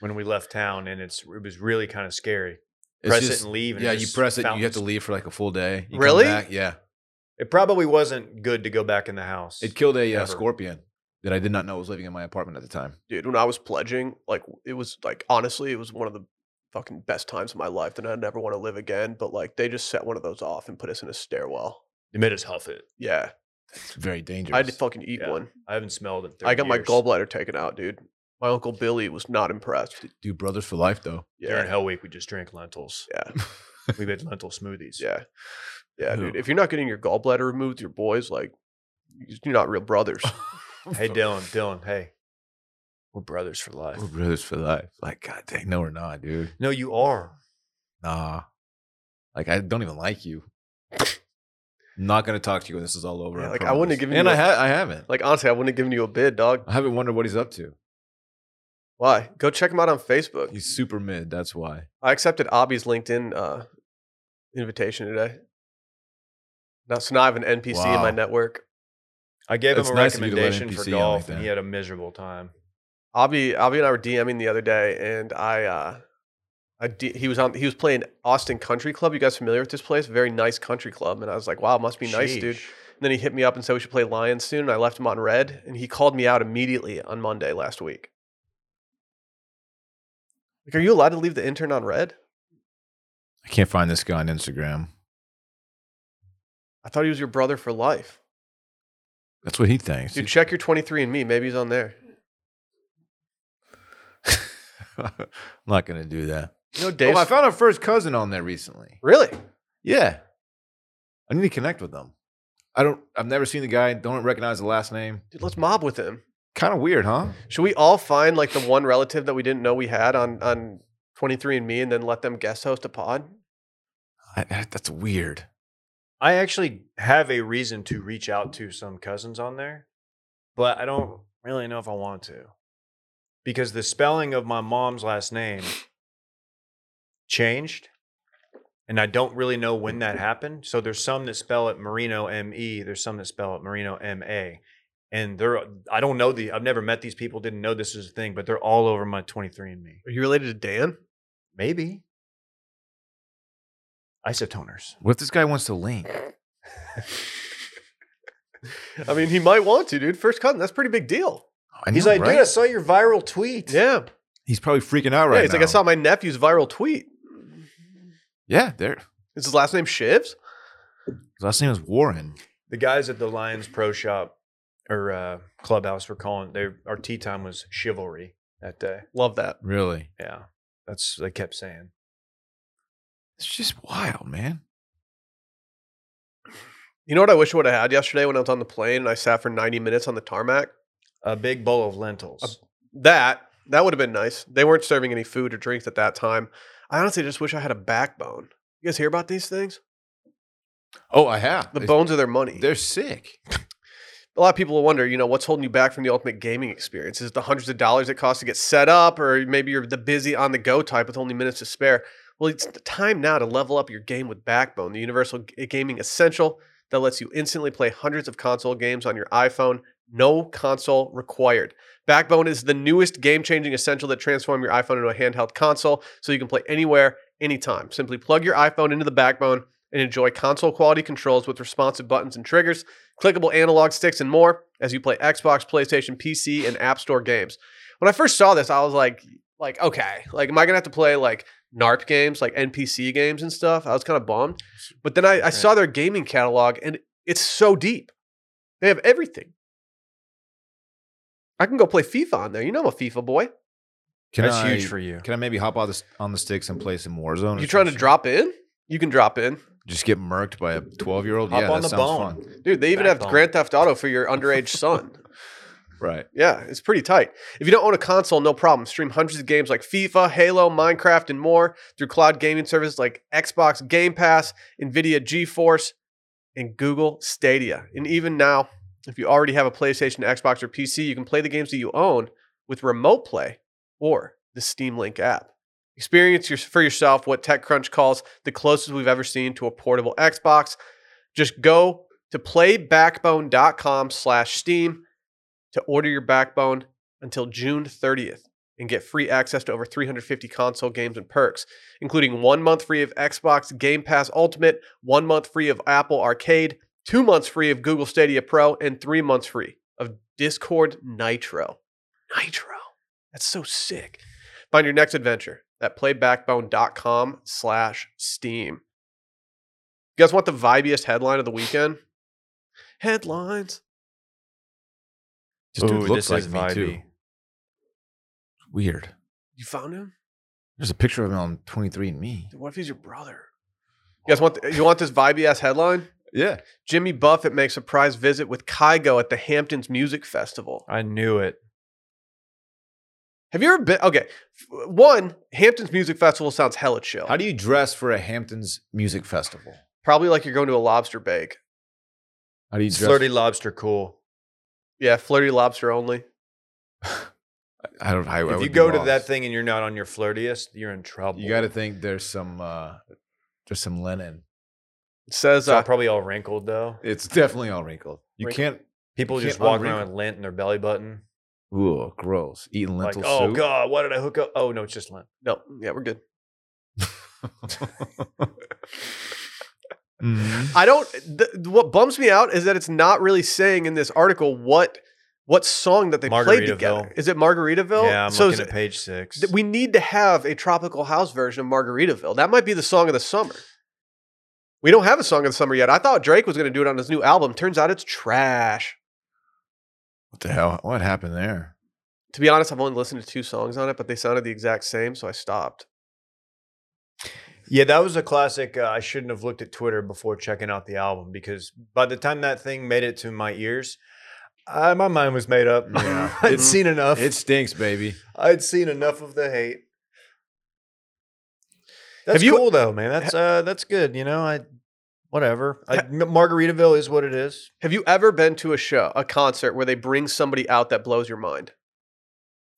S2: when we left town, and it's it was really kind of scary.
S3: It's
S2: press
S3: just-
S2: it and leave. And
S3: yeah, you
S2: just
S3: press it. and You have
S2: fountains.
S3: to leave for like a full day. You come
S1: Really?
S3: back, yeah,
S2: It probably wasn't good to go back in the house.
S3: it killed a uh,
S2: Ever.
S3: scorpion that I did not know was living in my apartment at the time.
S1: Dude, when I was pledging, like it was like honestly, it was one of the fucking best times of my life that I never want to live again. But like they just set one of those off and put us in a stairwell.
S2: It made us huff it.
S1: Yeah,
S3: It's very dangerous.
S1: I had to fucking eat
S2: Yeah.
S1: one.
S2: I haven't smelled it.
S1: I got my gallbladder taken out, dude. My uncle Billy was not impressed.
S3: do brothers for life though.
S1: Yeah,
S2: During Hell Week, we just drank lentils.
S1: Yeah.
S2: we made lentil smoothies.
S1: yeah, yeah, dude.
S3: Ugh.
S1: If you're not getting your gallbladder removed, your boys like you're not real brothers.
S2: Hey, Dylan, Dylan, hey, we're brothers for life.
S3: We're brothers for life. Like God dang, no, we're not, dude.
S2: No, you are.
S3: Nah, like I don't even like you. I'm not gonna talk to you when this is all over.
S1: Yeah, like, I wouldn't have
S3: promise.
S1: given
S3: and
S1: you
S3: I
S1: a-
S3: ha- I haven't. Like
S1: like honestly, I wouldn't have given you a bid, dog.
S3: I haven't wondered what he's up to.
S1: Why? Go check him out on Facebook.
S3: He's super mid. That's why.
S1: I accepted Abby's LinkedIn uh, invitation today. Now, so now I have an NPC in my
S3: Wow.
S1: network.
S2: I gave
S3: It's
S2: him a
S3: nice of you to let
S2: recommendation for
S3: NPC on
S2: golf,
S3: like
S2: and he
S3: that.
S2: had a miserable time.
S1: Avi Avi and I were DMing the other day, and I uh, I D, he was on he was playing Austin Country Club. You guys familiar with this place? Very nice country club. And I was like, wow, must be nice, dude.
S2: Sheesh.
S1: And then he hit me up and said we should play Lions soon. And I left him on red, and he called me out immediately on Monday last week. Like, are you allowed to leave the intern on red?
S3: I can't find this guy on Instagram.
S1: I thought he was your brother for life.
S3: That's what he thinks.
S1: Dude, check your 23 and me. Maybe he's on there.
S3: I'm not gonna do that.
S1: You know, Dave.
S3: Oh, I found a first cousin on there recently.
S1: really?
S3: Yeah, I need to connect with them. I don't. I've never seen the guy. Don't recognize the last name.
S1: Dude, let's mob with him.
S3: Kind of weird, huh?
S1: Should we all find like the one relative that we didn't know we had on on 23 and me and then let them guest host a pod?
S3: I, that's weird.
S2: I actually have a reason to reach out to some cousins on there, but I don't really know if I want to because the spelling of my mom's last name changed. And I don't really know when that happened. So there's some that spell it Marino M E. There's some that spell it Marino M A. And they're I don't know the I've never met these people, didn't know this is a thing, but they're all over my 23andMe.
S1: Are you related to Dan?
S2: Maybe. Isotoners.
S3: What if this guy wants to link?
S1: I mean, he might want to, dude. First cousin, that's a pretty big deal.
S3: I
S2: He's
S3: know,
S2: like,
S3: right?
S2: dude, I saw your viral tweet.
S1: Yeah.
S3: He's probably freaking out right
S1: yeah he's like, I
S3: now.
S1: saw my nephew's viral tweet.
S3: Yeah, there.
S1: Is his last name Shivs?
S3: His last name is Warren.
S2: the guys at the Lions Pro Shop or uh, clubhouse were calling. Their our tea time was chivalry that day.
S1: Love that.
S3: Really?
S2: Yeah, that's they kept saying.
S3: It's just wild, man.
S1: You know what I wish I would have had yesterday when I was on the plane and I sat for 90 minutes on the tarmac?
S2: A big bowl of lentils.
S1: That that would have been nice. They weren't serving any food or drinks at that time. I honestly just wish I had a backbone. You guys hear about these things?
S3: Oh, I have.
S1: The
S3: They-
S1: bones of their money.
S3: They're sick.
S1: a lot of people will wonder, you know, what's holding you back from the ultimate gaming experience? Is it the hundreds of dollars it costs to get set up, or maybe you're the busy on the go type with only minutes to spare? Well, it's the time now to level up your game with Backbone, the universal g- gaming essential that lets you instantly play hundreds of console games on your iPhone. No console required. Backbone is the newest game changing essential that transforms your iPhone into a handheld console so you can play anywhere, anytime. Simply plug your iPhone into the Backbone and enjoy console quality controls with responsive buttons and triggers clickable analog sticks, and more as you play Xbox, PlayStation, PC, and App Store games. When I first saw this, I was like, like, okay, like, am I gonna have to play like NARP games, like NPC games and stuff? I was kind of bummed. But then I, I saw their gaming catalog, and it's so deep. They have everything. I can go play FIFA on there. You know I'm a FIFA boy.
S3: Can
S2: that's
S3: I-
S2: huge for you.
S3: Can I maybe hop on the, on the sticks and play some Warzone? or
S1: You trying to
S3: some shit?
S1: drop in? You can drop in.
S3: Just get murked by a 12 year old?
S2: Hop
S3: Yeah,
S2: on the
S3: that sounds
S2: bone.
S3: fun.
S1: Dude, they even have
S2: Backbone.
S1: Grand Theft Auto for your underage son.
S3: Right.
S1: Yeah, it's pretty tight. If you don't own a console, no problem. Stream hundreds of games like FIFA, Halo, Minecraft, and more through cloud gaming services like Xbox Game Pass, NVIDIA GeForce, and Google Stadia. And even now, if you already have a PlayStation, Xbox, or PC, you can play the games that you own with Remote Play or the Steam Link app. Experience your, for yourself what TechCrunch calls the closest we've ever seen to a portable Xbox. Just go to playbackbone.com slash Steam to order your backbone until June 30th and get free access to over 350 console games and perks, including one month free of Xbox Game Pass Ultimate, one month free of Apple Arcade, two months free of Google Stadia Pro, and three months free of Discord Nitro. Nitro. That's so sick. Find your next adventure at playbackbone.com slash steam. You guys want the vibiest headline of the weekend? Headlines.
S3: This dude
S2: Ooh,
S3: looks like
S2: this
S3: me,
S2: is
S3: too.
S2: vibey.
S3: Weird.
S1: You found him?
S3: There's a picture of him on 23 and me.
S1: Dude, What if he's your brother? You guys want you want this vibey ass headline?
S3: Yeah.
S1: Jimmy Buffett makes a surprise visit with Kygo at the Hamptons Music Festival.
S2: I knew it.
S1: Have you ever been? Okay, f- one Hamptons Music Festival sounds hella chill.
S3: How do you dress for a Hamptons music festival?
S1: Probably like you're going to a lobster bake.
S3: How do you dress?
S2: Flirty lobster, cool.
S1: Yeah, flirty lobster only.
S3: I don't. I, I
S2: if
S3: would
S2: you
S3: be
S2: go to
S3: lost.
S2: that thing and you're not on your flirtiest, you're in trouble.
S3: you got to think there's some uh there's some linen.
S1: It says
S2: It's all
S1: uh,
S2: probably all wrinkled though.
S3: It's definitely all wrinkled. You
S1: Wrinkled.
S3: can't
S2: People
S3: You
S2: just
S3: can't
S2: walking
S3: unwrinkle-
S2: around with lint in their belly button.
S3: Ooh, gross. Eating
S2: Like,
S3: lentil
S2: oh
S3: soup.
S2: god, why did I hook up? Oh no, it's just lint.
S1: No, yeah, we're good.
S3: Mhm.
S1: I don't. Th- what bums me out is that it's not really saying in this article what what song that they played together.
S2: Margaritaville.
S1: Is it Margaritaville?
S2: Yeah, I'm
S1: so is
S2: looking at
S1: it-
S2: page six.
S1: th- we need to have a tropical house version of Margaritaville. That might be the song of the summer. We don't have a song of the summer yet. I thought Drake was going to do it on his new album. Turns out it's trash.
S3: What the hell? What happened there?
S1: To be honest, I've only listened to two songs on it, but they sounded the exact same, so I stopped.
S2: Yeah, that was a classic. Uh, I shouldn't have looked at Twitter before checking out the album because by the time that thing made it to my ears, I, my mind was made up.
S3: Yeah.
S2: I'd
S1: Mhm.
S2: seen enough.
S3: It stinks, baby.
S2: I'd seen enough of the hate. That's
S1: you-
S2: cool though, man. That's uh, that's good. You know, I whatever. I,
S1: Ha-
S2: M- Margaritaville is what it is.
S1: Have you ever been to a show, a concert where they bring somebody out that blows your mind?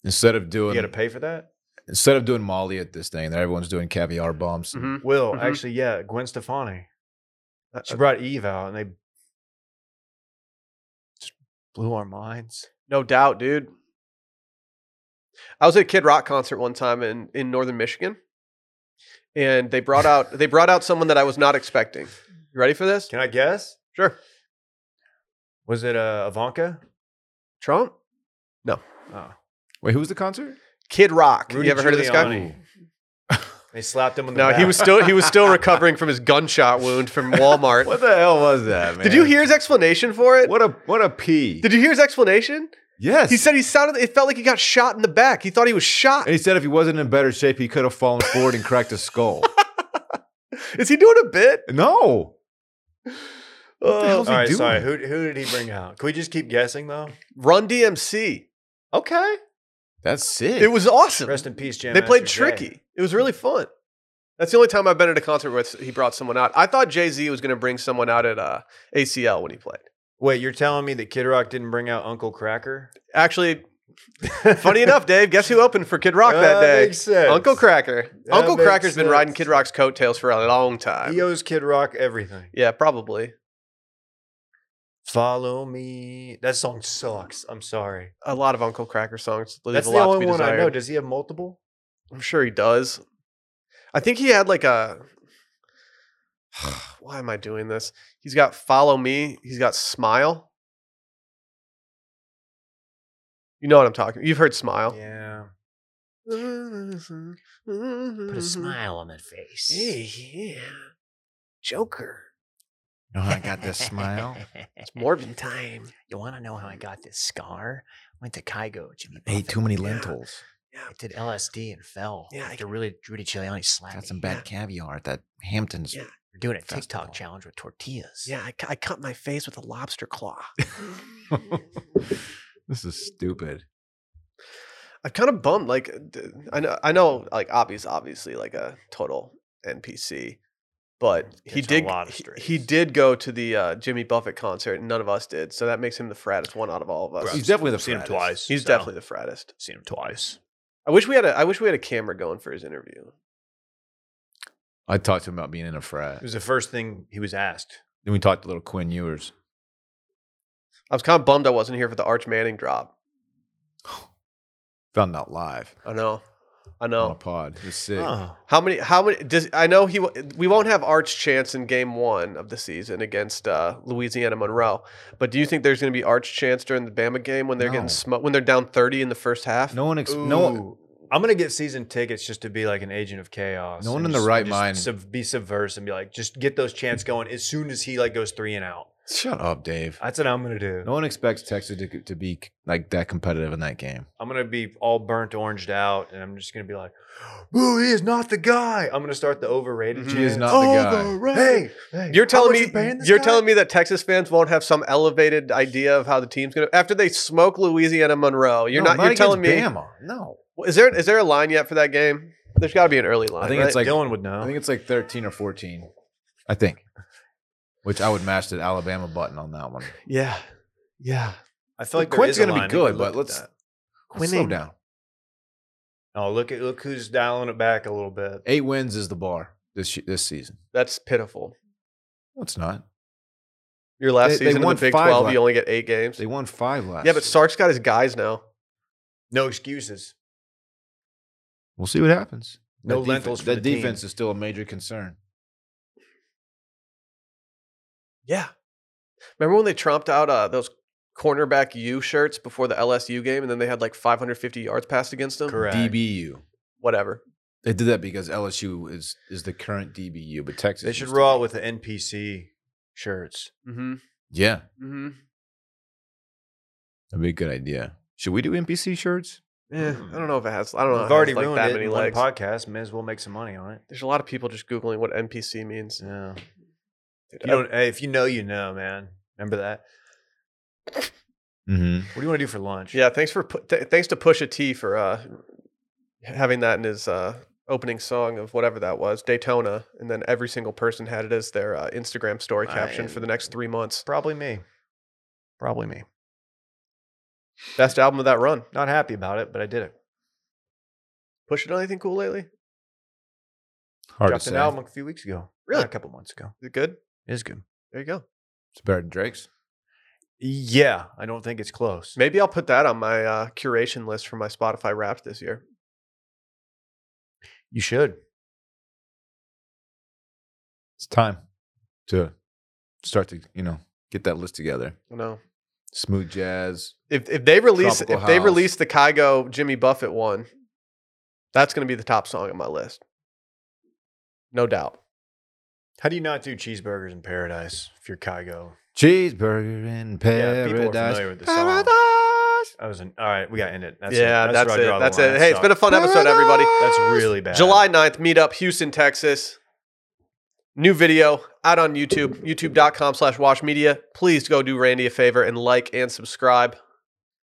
S3: Instead of
S2: You
S3: doing
S2: got to pay for that.
S3: instead of doing Molly at this thing, that everyone's doing caviar bombs.
S1: Mm-hmm. Uh,
S2: Will
S1: Mhm.
S2: actually, yeah, Gwen Stefani. She brought Eve out, and they just blew our minds.
S1: No doubt, dude. I was at a Kid Rock concert one time in in Northern Michigan, and they brought out they brought out someone that I was not expecting. You ready for this?
S2: Can I guess?
S1: Sure.
S2: Was it uh, Ivanka?
S1: Trump,
S2: Oh.
S3: Wait, who was the concert?
S1: Kid Rock.
S2: Rudy
S1: you ever heard of this guy?
S2: Giuliani. They slapped him in the
S1: No, he
S2: back.
S1: was still he was still recovering from his gunshot wound from Walmart.
S3: What the hell was that, man?
S1: Did you hear his explanation for it?
S3: What a what a pee.
S1: Did you hear his explanation?
S3: yes.
S1: He said he sounded it felt like he got shot in the back. He thought he was shot.
S3: and he said if he wasn't in better shape, he could have fallen forward and cracked his skull.
S1: Is he doing a bit?
S3: No. What the hell's
S2: All
S3: he
S2: right,
S3: doing?
S2: sorry. Who, who did he bring out? Can we just keep guessing though?
S1: Run DMC.
S2: Okay.
S3: That's sick.
S1: It was awesome.
S2: Rest in peace, Jam.
S1: they played
S2: Master
S1: Tricky.
S2: Jay.
S1: It was really fun. That's the only time I've been at a concert where he brought someone out. I thought Jay Z was going to bring someone out at uh, ACL when he played.
S2: Wait, you're telling me that Kid Rock didn't bring out Uncle Cracker?
S1: Actually, funny enough, Dave, guess who opened for Kid Rock
S3: Uh,
S1: that day?
S2: makes sense.
S1: Uncle Cracker.
S2: That
S1: Uncle
S2: makes
S1: Cracker's been riding
S2: sense.
S1: Kid Rock's coattails for a long time.
S2: He owes Kid Rock everything.
S1: yeah, probably.
S2: Follow me. That song sucks. I'm sorry.
S1: A lot of Uncle Cracker songs leave
S2: That's
S1: a
S2: the
S1: lot to
S2: only
S1: be
S2: one
S1: desired.
S2: I know. Does he have multiple?
S1: I'm sure he does. I think he had like a. Why am I doing this? He's got Follow Me. He's got Smile. You know what I'm talking. You've heard Smile.
S2: Yeah. Mm-hmm.
S1: Put
S2: on that face.
S1: Hey, yeah. Joker.
S3: No, Oh, I got this smile.
S1: It's Morbin time.
S4: You want to know how I got this scar? Went to Kygo. Jimmy
S3: I ate
S4: Buffett.
S3: too many
S4: Yeah.
S3: lentils.
S4: I did LSD and fell.
S1: Yeah, I
S4: Yeah, after really Rudy Giuliani slapped
S3: Got some
S4: me.
S3: bad caviar at that Hamptons.
S1: Yeah.
S4: We're doing a
S3: festival.
S4: TikTok challenge with tortillas.
S1: Yeah, I, cu- I cut my face with a lobster claw.
S3: this is stupid.
S1: I'm kind of bummed. Like, d- I know, I know, like Obby's obviously like a total NPC, but he
S2: Gets Mm, a
S1: did
S2: lot of
S1: he,
S2: strays.
S1: he did go to the uh, Jimmy Buffett concert, and none of us did. So that makes him the frattest one out of all of us.
S2: Bro,
S3: He's definitely the
S2: Seen him
S3: frattest.
S2: twice.
S1: He's
S2: so-
S1: definitely the frattest.
S2: seen him twice.
S1: I wish we had a I wish we had a camera going for his interview.
S3: I talked to him about being in a frat.
S2: It was the first thing he was asked.
S3: Then we talked to little Quinn Ewers.
S1: I was kind of bummed I wasn't here for the Arch Manning drop.
S3: Found out live
S1: I know, I
S3: on a
S1: know.
S3: pod. It was sick.
S2: Oh.
S1: How many? How many? Does I know he? w- We won't have Arch chance in Game One of the season against uh, Louisiana Monroe. But do you think there's going to be Arch chance during the Bama game when they're
S3: No.
S1: getting smoked when they're down thirty in the first half?
S3: No one, ex-
S2: Ooh.
S3: no one,
S2: I'm gonna get season tickets just to be like an agent of chaos.
S3: No one
S2: and
S3: in the
S2: just-
S3: right
S2: and just
S3: mind-
S2: sub- be subversive and be like, just get those chants going as soon as he like goes three and out.
S3: Shut up, Dave.
S2: That's what I'm gonna do.
S3: No one expects Texas to, to be like that competitive in that game.
S2: I'm gonna be all burnt oranged out, and I'm just gonna be like, "Boo, he is not the guy." I'm gonna start the overrated.
S1: Mhm. He is
S2: chants.
S3: not the guy.
S2: Hey, hey,
S1: You're
S2: how
S1: telling
S2: much
S1: me
S2: you paying this
S1: you're
S2: guy?
S1: telling me that Texas fans won't have some elevated idea of how the team's going to after they smoke Louisiana Monroe. You're
S3: No,
S1: not, you're
S3: against
S1: telling me
S3: Bama. No,
S1: is there is there a line yet for that game? There's got to be an early line.
S3: I think
S1: right?
S3: it's like
S2: Dylan would
S3: I
S2: know.
S3: think it's like thirteen or fourteen. I think, which I would match the Alabama button on that one.
S1: Yeah. Yeah.
S2: I feel like there
S3: Quinn's
S2: is a
S3: gonna be
S2: line. We
S3: good,
S2: could look at
S3: but let's-
S2: that.
S3: Slow down.
S2: Oh, look at look who's dialing it back a little bit.
S3: Eight wins is the bar this sh- this season.
S1: That's pitiful.
S3: No, it's not.
S1: Your last
S3: They- they
S1: season in
S3: won
S1: the Big
S3: five
S1: 12,
S3: la-
S1: you only get eight games.
S3: They won five last.
S1: yeah, but Sark's got his guys now.
S2: No excuses.
S3: we'll see what happens.
S2: No
S3: that
S2: lentils
S3: Defense,
S2: for
S3: that
S2: the team.
S3: defense is still a major concern.
S1: Yeah. Remember when they tromped out uh, those cornerback U shirts before the LSU game, and then they had like 550 yards passed against them?
S2: Correct.
S3: DBU.
S1: Whatever.
S3: They did that because LSU is is the current DBU, but Texas.
S2: They should
S3: used to
S2: roll
S3: be.
S2: out with the NPC shirts.
S1: Mm-hmm.
S3: Yeah,
S1: Mm-hmm.
S3: that'd be a good idea. Should we do NPC shirts?
S1: Yeah, Eh, I don't know if it has. I don't know. if
S2: We've
S1: it has,
S2: already
S1: like
S2: ruined
S1: that
S2: it
S1: many
S2: in
S1: legs.
S2: one podcast. May as well make some money on it.
S1: There's a lot of people just googling what NPC means.
S2: Yeah. If
S1: Dude,
S2: you,
S1: I-
S2: don't, hey, if you know, you know, man. Remember that.
S3: Mm-hmm.
S2: What do you want to do for lunch?
S1: yeah, thanks for pu- th- thanks to Pusha T for uh, having that in his uh, opening song of whatever that was, Daytona, and then every single person had it as their uh, Instagram story
S2: I
S1: caption for the next three months.
S2: Probably me. Probably me.
S1: Best album of that run.
S2: Not happy about it, but I did it.
S1: Pusha done anything cool lately?
S3: Hard
S2: Dropped
S3: to
S2: an
S3: say.
S2: album a few weeks ago.
S1: Really?
S2: A couple months ago.
S1: Is it good?
S2: It is good.
S1: There you go.
S3: It's better than Drake's.
S2: Yeah. I don't think it's close.
S1: Maybe I'll put that on my uh, curation list for my Spotify Wrapped this year.
S2: You should.
S3: It's time to start to you know get that list together.
S1: I don't know.
S3: Smooth jazz.
S1: If if they release
S3: Tropical
S1: if they
S3: House.
S1: release the Kygo Jimmy Buffett one, that's going to be the top song on my list. No doubt.
S2: How do you not do cheeseburgers in paradise if you're Kygo?
S3: Cheeseburger in
S2: Yeah, people are
S3: paradise.
S2: familiar with the song.
S3: Paradise.
S2: I was an, all right, we gotta end it. That's
S1: yeah,
S2: it.
S1: that's,
S2: where I
S1: it.
S2: draw the
S1: That's
S2: line.
S1: it. Hey, it's been a fun episode, everybody.
S2: that's really bad.
S1: July 9th, meetup, Houston, Texas. New video out on YouTube, youtube.com slash wash media. Please go do Randy a favor and like and subscribe.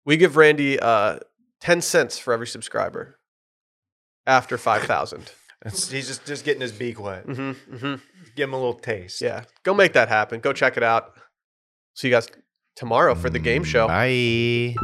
S1: We give Randy uh, 10 cents for every subscriber after 5,000.
S2: It's- he's just just getting his beak wet.
S1: hmm hmm
S2: Give him a little taste.
S1: Yeah, go make that happen. Go check it out. See you guys tomorrow for the game show.
S3: Bye.